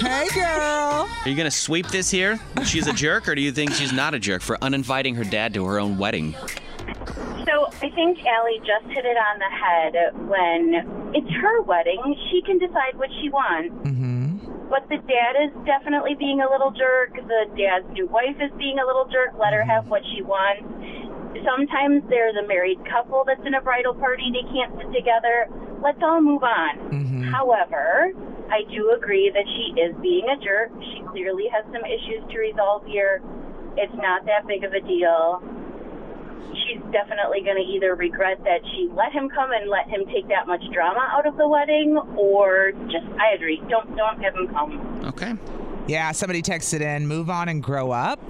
B: Hey, girl.
C: Are you gonna sweep this here? She's
B: *laughs*
C: a jerk, or do you think she's not a jerk for uninviting her dad to her own wedding?
K: So I think Allie just hit it on the head when it's her wedding. She can decide what she wants. But the dad is definitely being a little jerk. The dad's new wife is being a little jerk. Let her have what she wants. Sometimes there's a married couple that's in a bridal party. They can't sit together. Let's all move on. However, I do agree that she is being a jerk. She clearly has some issues to resolve here. It's not that big of a deal she's definitely going to either regret that she let him come and let him take that much drama out of the wedding, or just I agree, don't don't have him come.
C: Okay.
B: Yeah, somebody texted in, move on and grow up.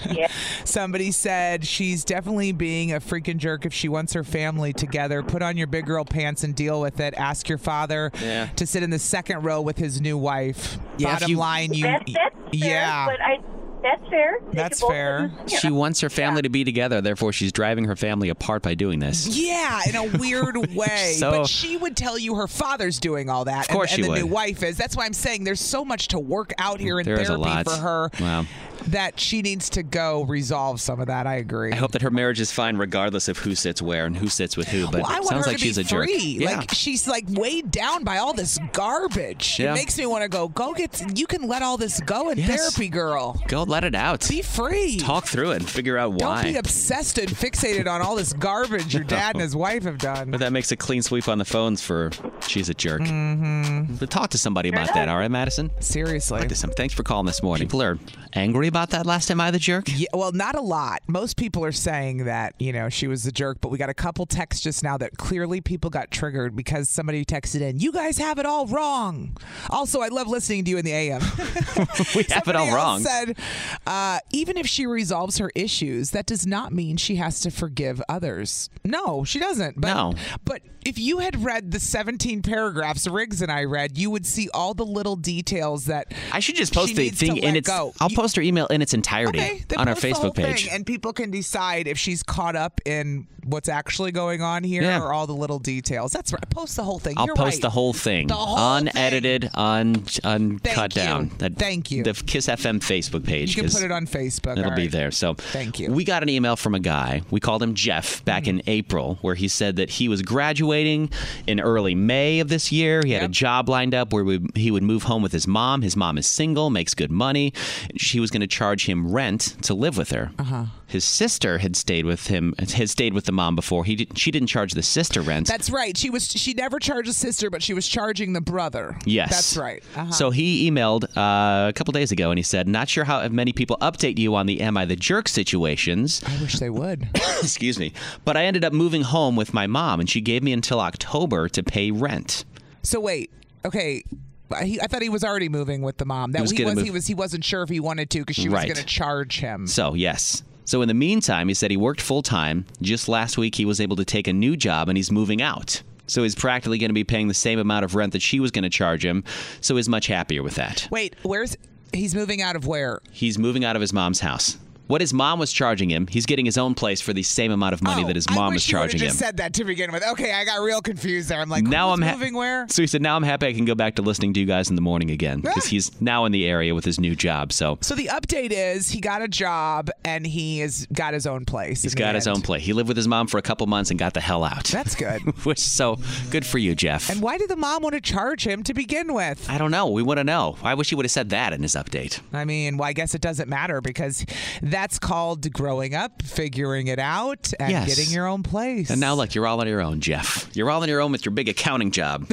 B: *laughs* Somebody said she's definitely being a freaking jerk if she wants her family together. Put on your big girl pants and deal with it. Ask your father
C: Yeah.
B: to sit in the second row with his new wife.
C: Yeah, if
B: Bottom
C: you-
B: line, you
K: That's, that's fair,
B: yeah.
K: but I that's fair. They
B: That's
K: could both
B: fair.
C: She wants her family to be together, therefore she's driving her family apart by doing this.
B: Yeah,
K: *laughs*
B: in a weird way.
C: So-
B: but she would tell you her father's doing all that. Of
C: course
B: and,
C: she
B: and the
C: would. Mm,
B: new wife is. That's why I'm saying there's so much to work out here in
C: There is
B: therapy
C: a lot.
B: for her
C: Wow.
B: that she needs to go resolve some of that. I agree.
C: I hope that her marriage is fine regardless of who sits where and who sits with who, but
B: well, I
C: it
B: want
C: sounds
B: her
C: like
B: to be
C: she's a jerk.
B: free.
C: Yeah.
B: Like she's like weighed down by all this garbage.
C: Yeah.
B: It makes me want to go. Go get. You can let all this go in therapy, girl.
C: Go let it out.
B: Be free.
C: Talk through it and figure out why.
B: Don't be obsessed and fixated on all this garbage
C: *laughs*
B: your dad and his wife have done.
C: but that makes a clean sweep on the phones for she's a jerk.
B: Mm-hmm.
C: But talk to somebody about that, all right, Madison?
B: Seriously.
C: Talk to some. Thanks for calling this morning. People are angry about that last Am I the Jerk?
B: Yeah, well, not a lot. Most people are saying that, you know, she was the jerk, but we got a couple texts just now that clearly people got triggered because somebody texted in, You guys have it all wrong. Also, I love listening to you in the AM.
C: *laughs* we have it all
B: Somebody
C: wrong.
B: else Said, uh, even if she resolves her issues, that does not mean she has to forgive others. No, she doesn't. But,
C: No.
B: But if you had read the 17 17 paragraphs Riggs and I read, you would see all the little details that
C: I should just post the thing in its.
B: go.
C: I'll post her email in its entirety
B: Then
C: on our
B: post the whole
C: Facebook page.
B: thing, and people can decide if she's caught up in what's actually going on here
C: Yeah.
B: or all the little details. That's right. Post the whole thing.
C: I'll
B: You're
C: post
B: right.
C: the whole thing,
B: The whole
C: unedited, un uncut down. That,
B: Thank you.
C: The Kiss FM Facebook page.
B: You can
C: 'cause
B: put it on Facebook.
C: It'll
B: all
C: be
B: right.
C: there. So
B: Thank you.
C: We got an email from a guy. We called him Jeff back in April, where he said that he was graduating in early May of this year. He had a job lined up where we, he would move home with his mom. His mom is single, makes good money. She was going to charge him rent to live with her.
B: Uh-huh.
C: His sister had stayed with him. Had stayed with the mom before. He didn't. She didn't charge the sister rent.
B: That's right. She was. She never charged a sister, but she was charging the brother.
C: Yes.
B: That's right. Uh-huh.
C: So he emailed uh, a couple days ago and he said, Not sure how many people update you on the Am I the Jerk situations.
B: I wish they would.
C: *coughs* Excuse me. But I ended up moving home with my mom and she gave me until October to pay rent.
B: So wait, okay. but He, I thought he was already moving with the mom. That
C: He was
B: he
C: gonna
B: was, he
C: move.
B: was he wasn't sure if he wanted to because she was
C: Right.
B: going to charge him.
C: So, yes. So, in the meantime, he said he worked full time. Just last week, he was able to take a new job and he's moving out. So, he's practically going to be paying the same amount of rent that she was going to charge him. So, he's much happier with that.
B: Wait, where's he's moving out of where?
C: He's moving out of his mom's house. What his mom was charging him, he's getting his own place for the same amount of
B: Oh,
C: money that his mom was
B: She would have
C: charging him.
B: just said that to begin with. Okay, I got real confused there. I'm like,
C: now
B: who's
C: I'm ha-
B: moving where?
C: So he said, "Now I'm happy I can go back to listening to you guys in the morning again because he's now in the area with his new job. So
B: So the update is he got a job and he has got his own place.
C: he's got his own place. He lived with his mom for a couple months and got the hell out.
B: That's good.
C: *laughs* Which so good for you, Jeff.
B: And why did the mom want to charge him to begin with?
C: I don't know. We want to know. I wish he would have said that in his update.
B: I mean, well, I guess it doesn't matter because that's called growing up, figuring it out, and
C: Yes.
B: getting your own place.
C: And now look, you're all on your own, Jeff. You're all on your own with your big accounting job.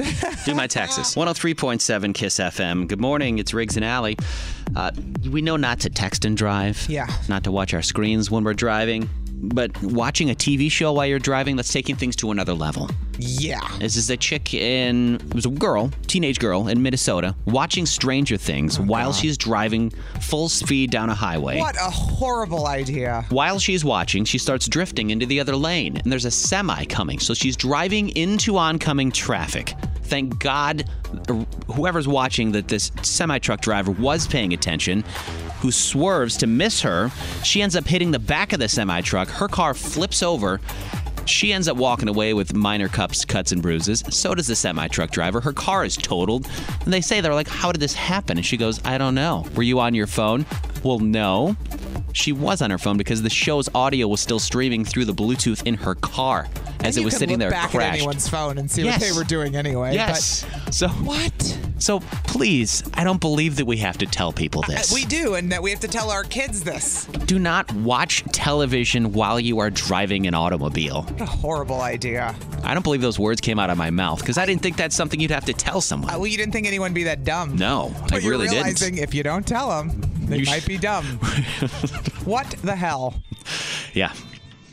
C: Do my
B: *laughs*
C: taxes. 103.7 Kiss FM. Good morning. It's Riggs and Alley. Uh, we know not to text and drive.
B: Yeah.
C: Not to watch our screens when we're driving. But watching a TV show while you're driving, that's taking things to another level.
B: Yeah.
C: This is a chick in, it was a girl, teenage girl in Minnesota, watching Stranger Things while she's driving full speed down a highway.
B: Oh, What a horrible idea.
C: While she's watching, she starts drifting into the other lane, and there's a semi coming, so she's driving into oncoming traffic. Thank God, uh, whoever's watching that this semi truck driver was paying attention, who swerves to miss her. She ends up hitting the back of the semi truck. Her car flips over. She ends up walking away with minor cups, cuts, and bruises. So does the semi truck driver. Her car is totaled. And they say, they're like, How did this happen? And she goes, I don't know. Were you on your phone? Well, no. She was on her phone because the show's audio was still streaming through the Bluetooth in her car as
B: You
C: it was
B: can
C: sitting there
B: look back at
C: crashed.
B: anyone's phone and see
C: Yes.
B: what they were doing anyway.
C: Yes. so
B: what?
C: So please, I don't believe that we have to tell people
B: But
C: this.
B: we do, and that we have to tell our kids this.
C: do not watch television while you are driving an automobile.
B: What a horrible idea.
C: I don't believe those words came out of my mouth because I didn't think that's something you'd have to tell someone.
B: Uh, well, you didn't think anyone would be that dumb.
C: No, I
B: But you're
C: really
B: realizing
C: didn't.
B: if you don't tell them, they
C: You sh-
B: might be dumb.
C: *laughs*
B: what the hell?
C: Yeah.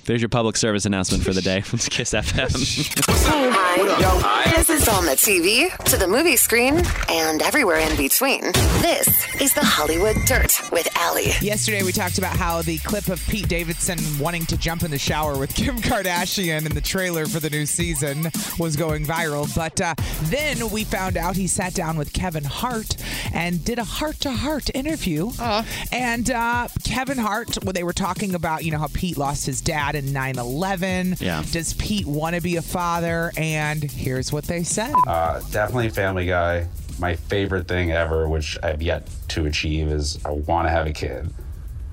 C: There's your public service announcement for the day. *laughs* It's Kiss
L: *laughs*
C: FM.
A: Hi. This is on the TV, to the movie screen, and everywhere in between. This is the Hollywood Dirt with Allie.
B: Yesterday, we talked about how the clip of Pete Davidson wanting to jump in the shower with *laughs* Kim Kardashian in the trailer for the new season was going viral. But uh, then we found out he sat down with Kevin Hart and did a heart to heart interview. And uh, Kevin Hart, when they were talking about, you know, how Pete lost his dad in 9 11.
M: Yeah.
B: Does Pete want to be a father? And here's what they said.
M: Uh, definitely Family Guy. My favorite thing ever, which I've yet to achieve, is I want to have a kid.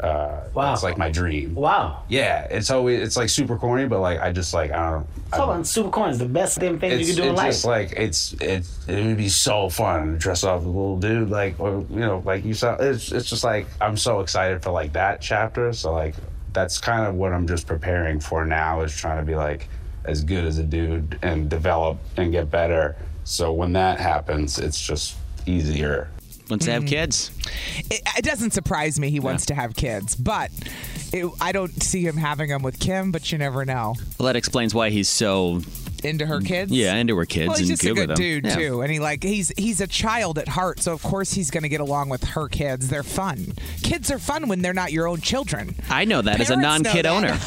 M: Uh, wow, it's like my dream. Wow. Yeah, it's always it's like super corny, but like I just like I don't. I
L: Hold
M: don't-
L: on, super corn is the best damn thing you
M: it's,
L: can do in
M: it's
L: life.
M: just like it's it. It would be so fun to dress up as a little dude, like or you know, like you saw. It's it's just like I'm so excited for like that chapter. So like that's kind of what I'm just preparing for now is trying to be like as good as a dude and develop and get better. So when that happens, it's just easier.
C: Once they have kids.
B: Mm. it, it doesn't surprise me he wants to have kids, but it, I don't see him having them with Kim. But you never know.
C: Well, that explains why he's so
B: into her kids.
C: Yeah, into her kids
B: Well, he's
C: and
B: just
C: good
B: a good
C: with them.
B: dude
C: Yeah.
B: too, and he like he's he's a child at heart, so of course he's going to get along with her kids. They're fun. Kids are fun when they're not your own children.
C: I know that as a
B: Parents know
C: non-kid
B: that.
C: owner.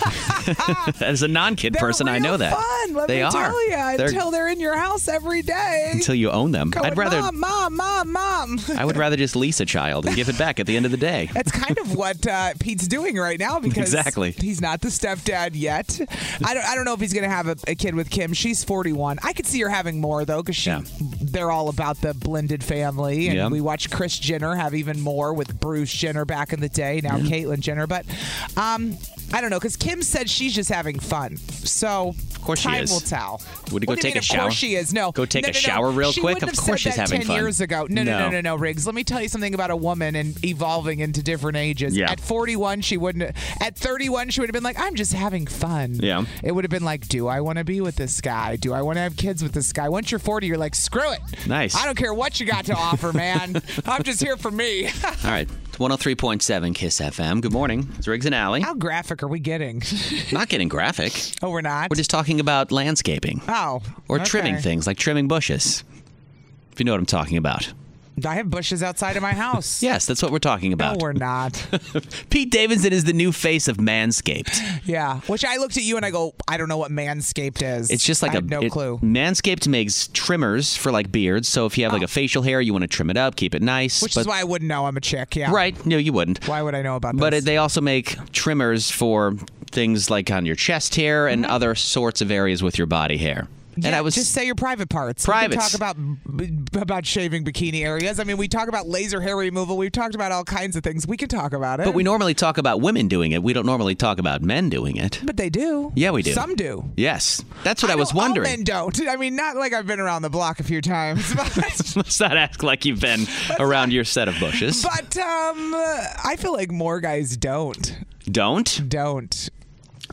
B: *laughs*
C: as a non-kid person, I know that.
B: Fun. Let
C: they
B: me
C: are.
B: tell you,
C: They're-
B: until they're in your house every day.
C: until you own them.
B: Going,
C: I'd rather
B: mom, mom, mom, mom.
C: I
B: *laughs*
C: would rather just lease a child and give it back at the end of the day.
B: That's kind of what uh, Pete's doing right now because
C: Exactly.
B: he's not the stepdad yet. I don't, I don't know if he's going to have a, a kid with Kim. She's 41. I could see her having more, though, because she they're all about the blended family. And
L: Yeah.
B: we watched Chris Jenner have even more with Bruce Jenner back in the day, now
L: Yeah.
B: Caitlyn Jenner. But um, I don't know, because Kim said she's just having fun. So of
C: course she
B: time
C: is.
B: will tell.
C: Would you go
B: What do you
C: take
B: mean,
C: a shower?
B: Of course she is. No.
C: Go take
B: No,
C: a
B: no, no.
C: shower real
B: She
C: quick?
B: wouldn't
C: Of
B: have
C: course
B: said
C: she's
B: that
C: having
B: 10
C: fun.
B: years ago. No, no, no, no,
C: No.
B: no, no, Riggs. Let me tell you something about a woman and evolving into different ages.
C: Yeah.
B: At 41, she wouldn't. At 31, she would have been like, "I'm just having fun."
C: Yeah.
B: It would have been like, "Do I want to be with this guy? Do I want to have kids with this guy?" Once you're 40, you're like, "Screw it."
C: Nice.
B: I don't care what you got to offer,
C: *laughs*
B: man. I'm just here for me. *laughs*
C: All right. It's 103.7 Kiss FM. Good morning. It's Riggs and Alley.
B: How graphic are we getting? *laughs*
C: Not getting graphic.
B: Oh, we're not.
C: We're just talking about landscaping
B: Oh.
C: or trimming
B: okay.
C: things like trimming bushes. If you know what I'm talking about.
B: I have bushes outside of
C: *laughs*
B: my house.
C: Yes, that's what we're talking
B: No,
C: about.
B: we're not.
C: *laughs* Pete Davidson is the new face of Manscaped.
B: Yeah. Which I looked at you and I go, I don't know what manscaped is.
C: It's just like
B: I
C: a
B: had no
C: it-
B: clue.
C: Manscaped makes trimmers for like beards. So if you have like a facial hair, you want to trim it up, keep it nice.
B: Oh. Which
C: but-
B: is why I wouldn't know I'm a chick. Yeah.
C: Right? No, you wouldn't.
B: Why would I know about
C: But
B: this?
C: it, they also make trimmers for things like on your chest hair
B: Mm-hmm.
C: and other sorts of areas with your body hair. and
B: Yeah,
C: I was
B: just say your private parts. We can
C: Privates.
B: talk about b- about shaving bikini areas. I mean, we talk about laser hair removal. We've talked about all kinds of things. We can talk about it.
C: But we normally talk about women doing it. We don't normally talk about men doing it.
B: But they do.
C: Yeah, we do.
B: Some do.
C: Yes. That's what I, was wondering.
B: Oh, Men don't. I mean, not like I've been around the block a few times, *laughs* but
C: *laughs* Let's not act like you've been
B: *laughs*
C: around your set of bushes.
B: but um, I feel like more guys don't.
C: don't?
B: Don't.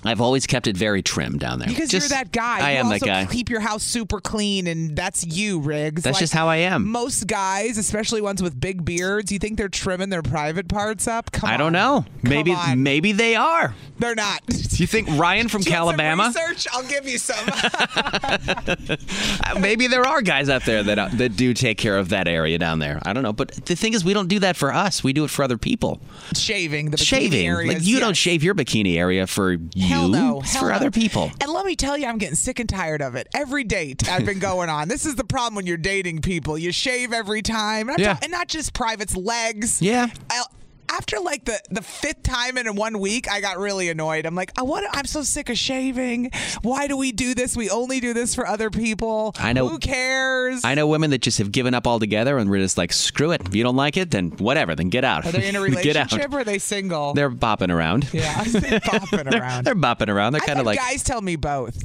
C: I've always kept it very trim down there.
B: Because
C: Just-
B: you're that guy.
C: I
B: You
C: am that
B: also
C: guy.
B: Keep your house super clean, and that's you, Riggs.
C: That's just how I am.
B: Most guys, especially ones with big beards, you think they're trimming their private parts up? Come
C: I don't know. Maybe maybe they are.
B: They're not.
C: Do *laughs* you think Ryan
B: *laughs*
C: from Calabama?
B: Research. I'll give you some.
C: *laughs*
B: *laughs*
C: Uh, Maybe there are guys out there that uh, that do take care of that area down there. I don't know, but the thing is, we don't do that for us. We do it for other people.
B: Shaving the bikini
C: Shaving,
B: areas,
C: like you
B: yeah.
C: don't shave your bikini area for you.
B: Hell no.
C: It's
B: Hell
C: for
B: no.
C: other people.
B: And let me tell you, I'm getting sick and tired of it. Every date I've been going on. This is the problem when you're dating people. You shave every time. And, I'm
C: Yeah.
B: talking- and not just privates, legs.
C: Yeah.
B: I- after like the, the fifth time in one week, I got really annoyed. I'm like, I want. I'm so sick of shaving. Why do we do this? We only do this for other people.
C: I know-
B: Who cares?
C: I know women that just have given up altogether and we're just like, screw it. If you don't like it, then whatever. Then get out.
B: Are they in a
C: *laughs* get out.
B: relationship or are they single?
C: They're bopping around.
B: yeah, they're bopping around.
C: They're bopping around. They're
B: I've
C: kind of
B: had
C: like,
B: guys tell me both.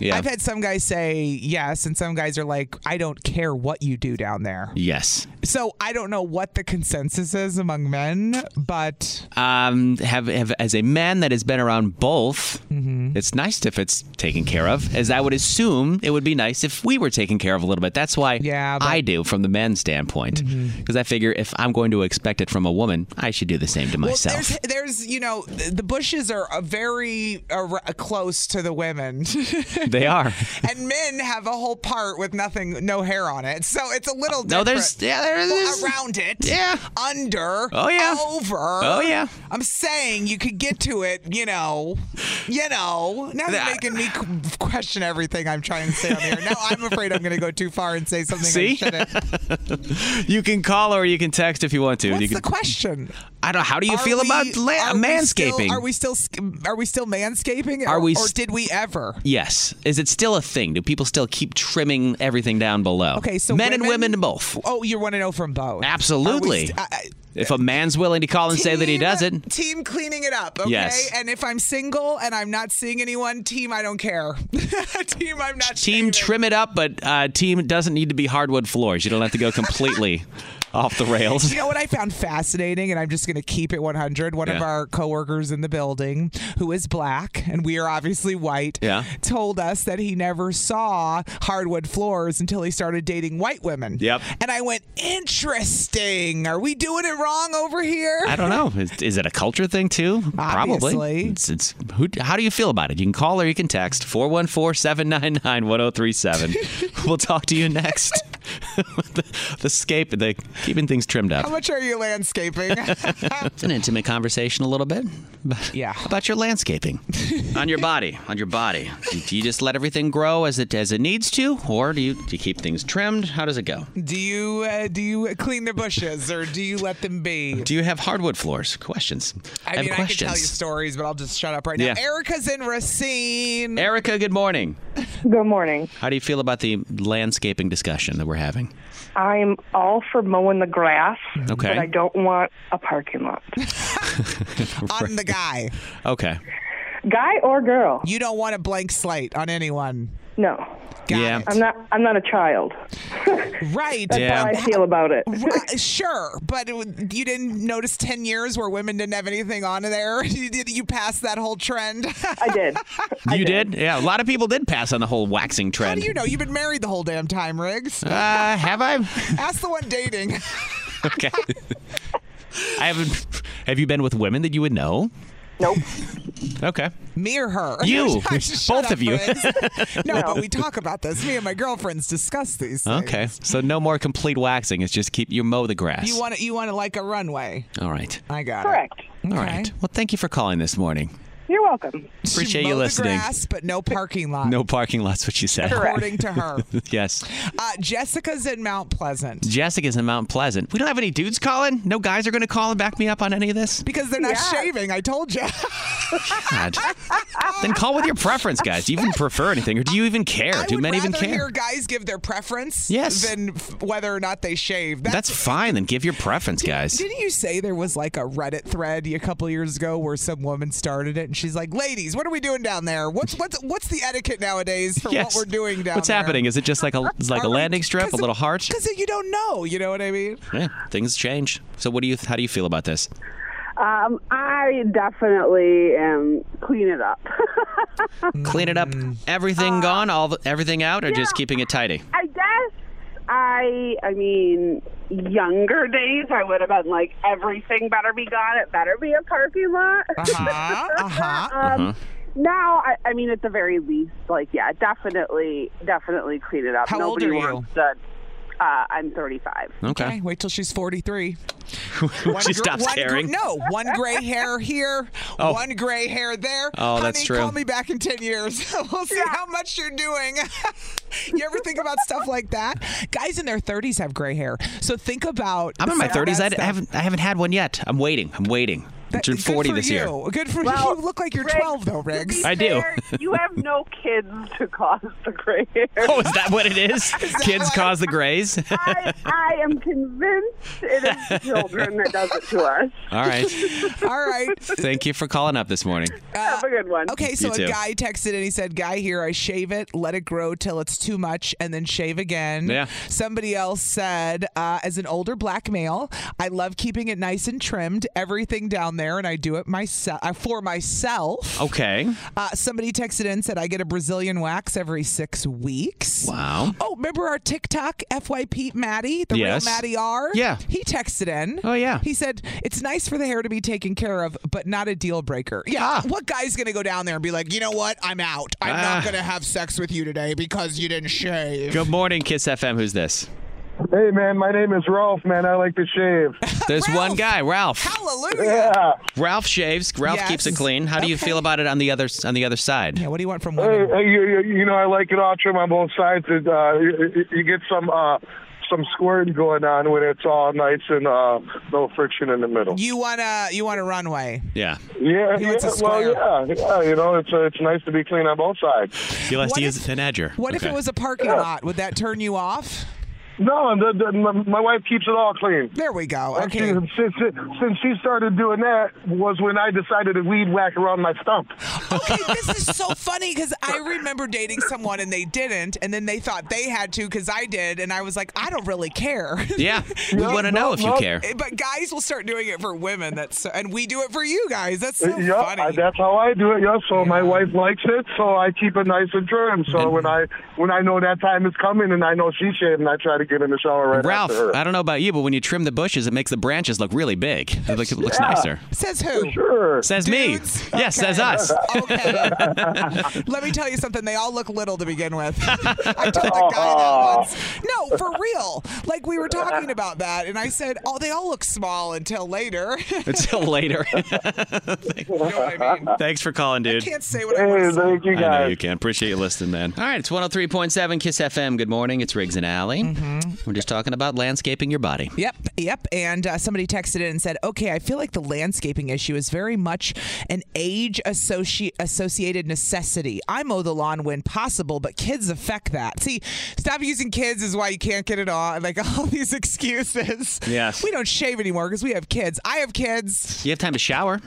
C: yeah.
B: I've had some guys say yes, and some guys are like, I don't care what you do down there.
C: yes.
B: So I don't know what the consensus is among men, but
C: um, have, have as a man that has been around both,
B: Mm-hmm.
C: it's nice if it's taken care of. As I would assume, it would be nice if we were taken care of a little bit. That's why I do from the men's standpoint,
B: Mm-hmm.
C: because I figure if I'm going to expect it from a woman, I should do the same to myself.
B: *laughs*
C: *laughs*
B: Well, there's, there's, you know, th- the bushes are uh, very uh, close to the women. *laughs*
C: they are.
B: and men have a whole part with nothing, no hair on it. So it's a little
C: No,
B: different.
C: there's- yeah, there
B: Well,
C: is-
B: around it.
C: Yeah.
B: Under.
C: Oh, yeah.
B: Over.
C: Oh, yeah.
B: I'm saying you could get to it, you know, you know. Now you're making me qu- question everything I'm trying to say on here. Now I'm afraid I'm going to go too far and say something I
C: See? *laughs*
B: shouldn't.
C: you can call or you can text if you want to. you
B: What's
C: can,
B: the question?
C: I don't. How do you
B: Are
C: feel
B: we-
C: about la-
B: are we
C: manscaping?
B: still- are we still sk- are we still manscaping?
C: Are
B: or,
C: we
B: or
C: st-
B: did we ever?
C: Yes. Is it still a thing? Do people still keep trimming everything down below?
B: Okay, so
C: men and women both.
B: Oh, you want to know from both?
C: Absolutely.
B: st- I-
C: if a man's willing to call and say that he
B: Team-
C: does it,
B: Team cleaning it up, okay?
C: Yes.
B: And if I'm single and I'm not seeing anyone, team I don't care. *laughs* team I'm not *laughs*
C: team trim it up, but uh, team it doesn't need to be hardwood floors. You don't have to go completely off the rails.
B: You know what I found fascinating, and I'm just going to keep it 100. One of
C: Yeah.
B: our coworkers in the building, who is black, and we are obviously white,
C: Yeah.
B: told us that he never saw hardwood floors until he started dating white women.
C: Yep.
B: And I went, interesting. Are we doing it wrong over here?
C: I don't know. Is, is it a culture thing too? Probably.
B: Obviously.
C: It's, it's who, how do you feel about it? You can call or you can text *laughs* 414-799-1037. we'll talk to you next. *laughs* the, the scape, the keeping things trimmed
B: *laughs* How
C: up.
B: much are you landscaping? *laughs*
C: it's an intimate conversation a little bit. About, yeah. About your landscaping *laughs* on your body, on your body. Do, do you just let everything grow as it as it needs to or do you do you keep things trimmed? How does it go?
B: do you uh, do you clean the bushes or do you let them be?
C: Do you have hardwood floors? Questions.
B: I
C: have
B: mean, I could
C: questions.
B: tell you stories, but I'll just shut up right now.
C: Yeah.
B: Erica's in Racine.
C: Erica, good morning.
H: Good morning.
C: How do you feel about the landscaping discussion that we're
B: *laughs*
C: having?
H: I'm all for mowing the grass,
C: Okay.
H: but I don't want a parking lot.
B: I'm the guy.
C: *laughs* Okay.
H: Guy or girl?
B: You don't want a blank slate on anyone.
H: No.
C: yeah.
H: I'm not. *laughs* I'm not a child.
B: Right.
H: That's how I feel about
C: *laughs*
H: it.
B: Uh, sure, but it would- you didn't notice 10 years where women didn't have anything on there? *laughs* You, did- you passed that whole trend? I
H: did.
C: you did? Yeah. A lot of people did pass on the whole waxing
B: *laughs* How
C: trend.
B: do you know? You've been married the whole damn time, Riggs.
C: Uh, have I?
B: *laughs* Ask the one dating.
C: *laughs*
B: *laughs*
C: okay. I haven't. Have you been with women that you would know?
H: Nope.
C: Okay.
B: Me or her?
C: You.
B: *laughs* Shut
C: Both
B: up,
C: of you. *laughs*
B: Riggs. no, but we talk about this. Me and my girlfriends discuss these things.
C: Okay. So no more complete waxing. It's just keep you mow the grass.
B: You want it, you want it like a runway.
C: All right.
B: I got
H: Correct.
B: it.
C: All right. Well, thanhank you for calling this morning.
H: You're welcome.
C: Appreciate
B: Mow
C: you
B: the
C: listening.
B: grass, but no parking lot.
C: No parking lots, what you said.
B: Uh, According to her.
C: *laughs* yes.
B: Uh, Jessica's in Mount Pleasant
C: Jessica's in Mount Pleasant. We don't have any dudes calling. No guys are going to call and back me up on any of this.
B: because they're not shaving. I
C: *laughs*
B: told you. *laughs*
C: God. then call with your preference, guys. Do you even prefer anything, or do you even care? do men even
B: rather
C: care?
B: hear guys give their preference
C: Yes.
B: than f- whether or not they shave. That-
C: That's fine. Then give your preference, guys.
B: didn't you say there was like a Reddit thread a couple years ago where some woman started it and she's like, "Ladies, what are we doing down there? What's what's what's the etiquette nowadays for
C: Yes.
B: what we're doing down
C: What's
B: there?"
C: happening? Is it just like a it's like a landing strip, a little heart?
B: Because you don't know, you know what I mean?
C: Yeah, things change. So, what do you? How do you feel about this?
L: Um, I definitely am clean it up. *laughs*
C: Clean it up.
B: Mm.
C: Everything
B: Uh,
C: gone. All the, everything out, or just keeping it tidy?
L: I guess I, I mean, younger days, I would have been like, everything better be gone. It better be a parking lot.
B: Uh-huh,
C: uh,
B: uh-huh,
L: *laughs* um,
B: uh-huh.
L: Now, I, I mean, at the very least, like, yeah, definitely, definitely clean it up.
B: How old
L: Nobody
B: are you?
L: wants to- uh, I'm 35.
B: Wait till
C: *laughs*
B: she's 43.
C: she stops
B: one gr-
C: caring.
B: no, one gray hair here,
C: *laughs* Oh.
B: one gray hair there.
C: Oh,
B: Honey,
C: that's
B: Call
C: true.
B: me back in 10 years. *laughs* we'll see how much you're doing. *laughs* you ever think about stuff like that? Guys in their 30s have gray hair. So think about.
C: I'm in my
B: that
C: 30s. I, d-
B: stuff.
C: I haven't I haven't had one yet. I'm waiting. I'm waiting. I'm turning
B: Good
C: 40
B: for
C: this
B: you.
C: year.
B: Good for
L: Well,
B: you. You look like you're
L: Riggs,
B: 12, though,
L: To be
B: Riggs.
C: I do.
L: fair, *laughs* you have no kids to cause the gray hair.
C: *laughs* Oh, is that what it
B: *laughs*
C: is? Kids cause the grays.
L: I, I am convinced it is children that does it to us.
C: All right.
B: *laughs* All right.
C: Thank you for calling up this morning.
L: Have a good one.
B: Uh, Okay,
C: You
B: so a
C: too.
B: guy texted and he said, "Guy here, I shave it, let it grow till it's too much, and then shave again."
C: Yeah.
B: Somebody else said, uh, "As an older black male, I love keeping it nice and trimmed, everything down there, and I do it myself uh, for myself."
C: Okay.
B: Uh, somebody texted in said, "I get a Brazilian wax every six weeks."
C: Wow.
B: Oh, remember our TikTok FYP Maddie, the
C: Yes.
B: real Maddie R?
C: Yeah.
B: He texted in.
C: Oh, yeah.
B: He said, It's nice for the hair to be taken care of, but not a deal breaker. Yeah. What guy's going to go down there and be like, You know what? I'm out. I'm
C: Ah.
B: not going to have sex with you today because you didn't shave?
C: Good morning, Kiss FM. Who's this?
F: Hey, man, my name is Rolf, man. I like to shave.
B: *laughs*
C: There's one guy, Ralph.
B: Hallelujah.
C: Ralph shaves. Ralph keeps it
F: Yes.
C: clean. How do you feel about it on the other on the other side?
B: Yeah. What do you want from
F: Hey, hey, you, you- you know, I like it all trim on both sides. It, uh, you, you- you get some uh, some squirting going on when it's all nice and uh, no friction in the middle.
B: You want a Uh, you want a runway.
C: Yeah.
F: Yeah,
B: He
F: yeah
B: wants a
F: well,
B: square.
F: yeah, yeah. You know, it's uh, it's nice to be clean on both sides.
C: He likes
B: What
C: to
B: if-
C: use an edger.
B: What if
C: Okay.
B: it was a parking lot? Would that turn you off?
F: No, the, the, my, my wife keeps it all clean.
B: There we go.
F: Okay. since, since, since she started doing that was when I decided to weed whack around my
B: *laughs*
F: stump.
B: Okay, this
F: *laughs*
B: is so funny because I remember dating someone and they didn't, and then they thought they had to because I did, and I was like, I don't really care.
C: *laughs*
B: Eh,
C: Yeah, we want to know if you care.
B: But guys will start doing it for women. That's so, and we do it for you guys. That's so
F: Yep,
B: funny.
F: Uh, I- that's how I do it. Yep. So my wife likes it, so I keep it nice and trim. So when I when I know that time is coming and I know she's shaving, I try to get in the shower right
C: Ralph,
F: after her.
C: I don't know about you, but when you trim the bushes, it makes the branches look really big. It looks, it looks
F: Yeah.
C: nicer.
B: Says who?
F: Sure.
C: Says me. Yes, says us.
B: Let me tell you something. They all look little to begin with. *laughs* I told a guy that once. No, for real. Like we were talking about that, and I said, "Oh, they all look small until later." *laughs*
C: Until later. Thanks for calling, dude.
B: Can't say what I
F: Hey,
B: want to say.
F: thank you
C: I know
F: guys.
C: you can. Appreciate you listening, man. All right, it's 103.7 Kiss FM. Good morning. It's Riggs and Alley. We're just talking about landscaping your body.
B: Mm-hmm. Yep, yep. And uh, somebody texted in and said, "Okay, I feel like the landscaping issue is very much an age associ- associated necessity. I mow the lawn when possible, but kids affect that. See, stop using kids is why you can't get it on. Like *laughs* all these excuses.
C: Yes.
B: we don't shave anymore because we have kids. I have kids.
C: You have time to shower.
B: *laughs*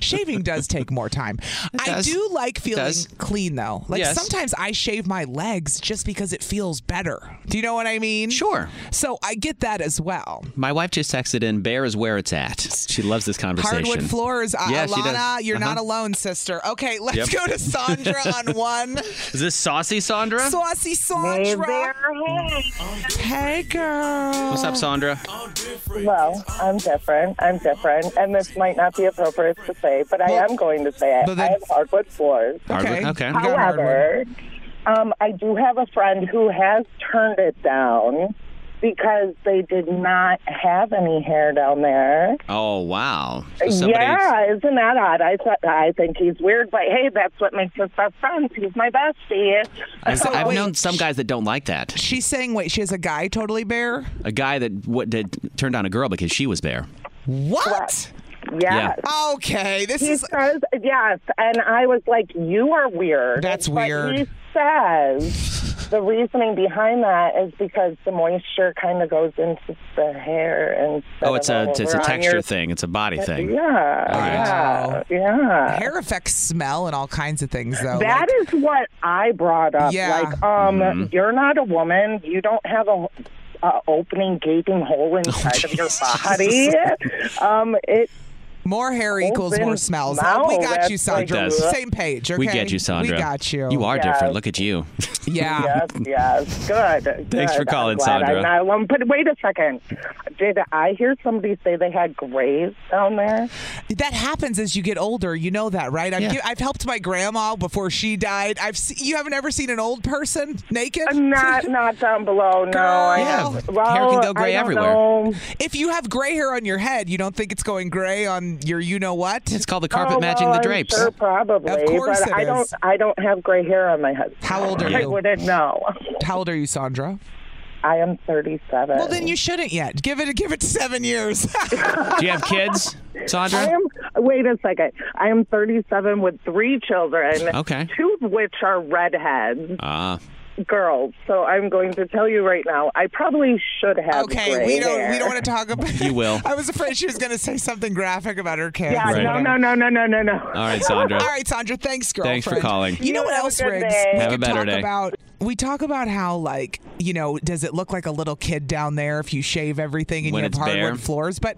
B: Shaving does take more time. I
C: does.
B: do like feeling
C: does.
B: clean though. Like
C: Yes.
B: sometimes I shave my legs just because it feels better. Do you know what I mean? Sure. So I get that as well.
C: My wife just texted in, Bear is where it's at. She loves this conversation.
B: Hardwood floors, uh,
C: Yeah, she does.
B: Alana, you're not
C: Uh-huh.
B: alone, sister. Okay, let's
C: Yep.
B: go to Sandra
C: *laughs*
B: on one.
C: Is this Saucy Sandra?
B: Saucy Sandra.
H: Hey, girl.
C: What's up, Sandra?
H: Well, I'm different. I'm different. And this might not be appropriate to say, but I am going to say it. I have hardwood floors.
C: Hardwood- okay. You got
H: However, um, I do have a friend who has turned it down because they did not have any hair down there.
C: Oh, wow. So somebody-
H: Yeah, isn't that odd? I thought I think he's weird, but hey, that's what makes us best friends. He's my bestie. Oh,
C: I- I've known some guys that don't like that.
B: She's saying, wait, she has a guy totally bare?
C: A guy that what that turned on a girl because she was bare.
B: What?
H: Yes.
B: Okay, this
H: he is says, yes, and I was like, "You are weird." That's
B: weird.
H: He says the reasoning behind that is because the moisture kind of goes into the hair, and
C: Oh, it's a it's
H: over
C: a
H: Uh, on
C: texture
H: your-
C: thing. It's a body thing.
H: Yeah, yeah, yeah.
B: Hair affects smell and all kinds of things, though.
H: That is what I brought up.
B: Yeah.
H: Like, um,
C: Mm-hmm.
B: Mhm.
H: you're not a woman. You don't have a, a opening, gaping
C: *laughs* Oh,
H: hole inside of your body. Um, it
B: more hair equals more smells. we got you, Sandra.
C: It does.
B: Same page. Okay?
C: We get you, Sandra.
B: We got you.
C: You are different. Look at
B: *laughs*
C: you.
B: Yeah.
H: Yes, yes. Good.
C: *laughs* Thanks
H: good.
C: for calling,
H: I'm glad
C: Sandra.
H: I'm not alone. But wait a second. Did I hear somebody say they had grays down there?
B: That happens as you get older. You know that, right? I've, gi- I've helped my grandma before she died. I've se- you haven't ever seen an old person naked? *laughs*
H: Not not down below. No. I
B: Girl.
H: haven't. Well, I don't know.
B: If you have gray hair on your head, you don't think it's going gray on your you know what? It's
C: called the
H: Oh, well, I'm Sure, probably.
B: Of course
H: but
B: it
H: I don't.
B: is.
H: I don't have gray hair on my head. How
B: old are
H: I
B: you?
H: wouldn't know.
B: How old are you, Sandra?
H: I am 37.
B: Well, then you shouldn't yet. Give it give it seven years. *laughs*
C: Do you have kids, Sandra?
H: I am. Wait a second. I am 37 with three children.
C: Okay.
H: Two of which are redheads,
B: Uh.
C: Ah.
H: girls. So I'm going to tell you right now. I probably should have.
B: Okay,
H: gray
B: we don't
H: hair.
B: we don't want to talk about.
C: You will.
B: *laughs* I was afraid she was going to say something graphic about her kids.
H: Yeah.
C: Right.
H: No. No. No. No. No. No. No.
C: All right, Sandra.
B: All right, Sandra. Thanks, girlfriend.
C: Thanks for calling.
B: You know what else,
H: good
B: Riggs?
H: day.
B: We
C: Have a
B: could
C: better
B: talk
C: day.
B: About, we talk about how, like, you know, does it look like a little kid down there if you shave everything and
C: When
B: you have
C: it's
B: hardwood
C: bare.
B: floors? But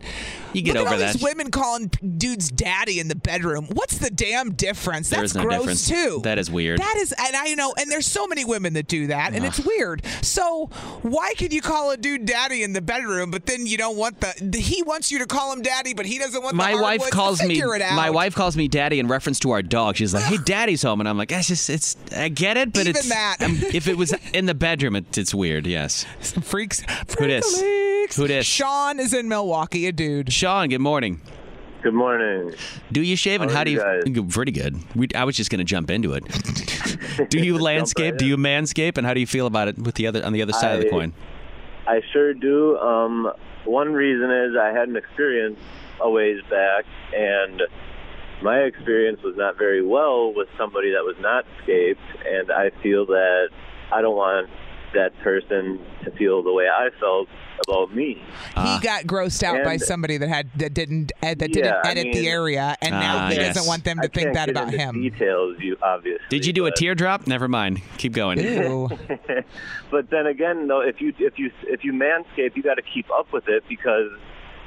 C: You get
B: look at
C: over
B: all
C: that.
B: these women calling p- dudes daddy in the bedroom. What's the damn difference?
C: There
B: That's
C: is no
B: gross
C: difference.
B: too.
C: That is weird.
B: That is, and I know, and there's so many women that do that,
C: Ugh.
B: and it's weird. So why could you call a dude daddy in the bedroom, but then you don't want the, the he wants you to call him daddy, but he doesn't want
C: my
B: the
C: wife
B: hardwoods?
C: calls me
B: Figure It out.
C: my wife calls me daddy in reference to our dog. She's like, "Hey, daddy's home," and I'm like, "That's just it's I get it, but
B: Even
C: it's
B: that. *laughs*
C: um, if it was in the bedroom, it, it's weird." Yes,
B: freaks.
C: Who dis? Who dis?
B: Sean is in Milwaukee, a dude.
C: Sean, good morning.
N: Good morning.
C: Do you shave and
N: How
C: how,
N: are
C: do
N: you
C: you? Pretty good. We, I was just gonna jump into
N: *laughs*
C: it. do you landscape? Do you manscape? And how do you feel about it with the other on the other side of the
N: I-
C: coin?
N: I sure do. Um, one reason is I had an experience a ways back, and my experience was not very well with somebody that was not scaped, and I feel that I don't want that person to feel the way I felt about me.
B: he got grossed out by
N: And-
B: somebody that had that didn't ed- that didn't
N: Yeah, I
B: edit
N: mean-
B: the area, and now
C: Ah,
B: he
C: yes.
B: doesn't want them to
N: I
B: think
N: can't
B: that
N: get
B: about
N: into
B: him.
N: Details, you
B: *laughs*
N: obviously.
C: Did you do a teardrop? Never mind. Keep going. *laughs*
N: *laughs* but then again, though, if you if you if you manscape, you got to keep up with it because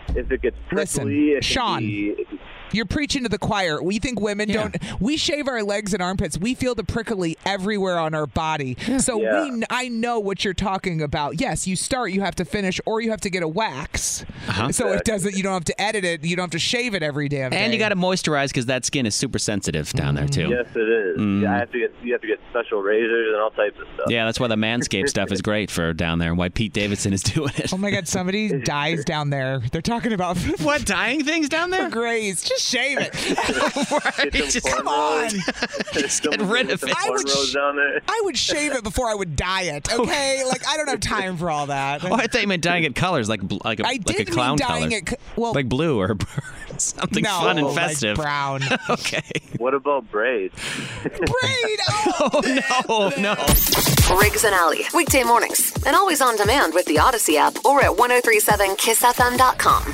N: if it gets
B: Listen,
N: prickly, it can
B: Sean.
N: be,
B: You're preaching to the choir. We think women don't. We shave our legs and armpits. We feel the prickly everywhere on our body. So
N: Yeah.
B: we, kn- I know what you're talking about. Yes, you start, you have to finish, or you have to get a wax,
C: Uh-huh.
B: so it doesn't. You don't have to edit it. You don't have to shave it every damn day.
C: And you got to moisturize because that skin is super sensitive down there too.
N: Yes, it is.
C: Mm.
N: Yeah, I have to get you have to get special razors and all types of stuff.
C: Yeah, that's why the Manscaped stuff is great for down there and why Pete Davidson is *laughs* doing it.
B: Oh my God! Somebody dies down there. They're talking about *laughs*
C: what dying things down there?
B: Grays, just shave it. *laughs*
C: Just-
B: come on.
N: Just
B: *laughs*
C: get rid of it.
B: I would, sh- I would shave it before I would dye it.
C: *laughs*
B: Okay, like I don't have time for all that.
C: Oh, I thought you meant dying it colors, like bl- like a,
B: I
C: like a
B: did mean
C: clown
B: dyeing
C: color,
B: it co- well-
C: like blue or *laughs* something
B: No,
C: fun and
B: like
C: festive.
B: brown.
C: okay.
N: *laughs* What about braids?
B: Braid. *laughs*
C: Oh, no, no.
A: Riggs and Alley, weekday mornings, and always on demand with the Odyssey app or at 1037kissfm.com.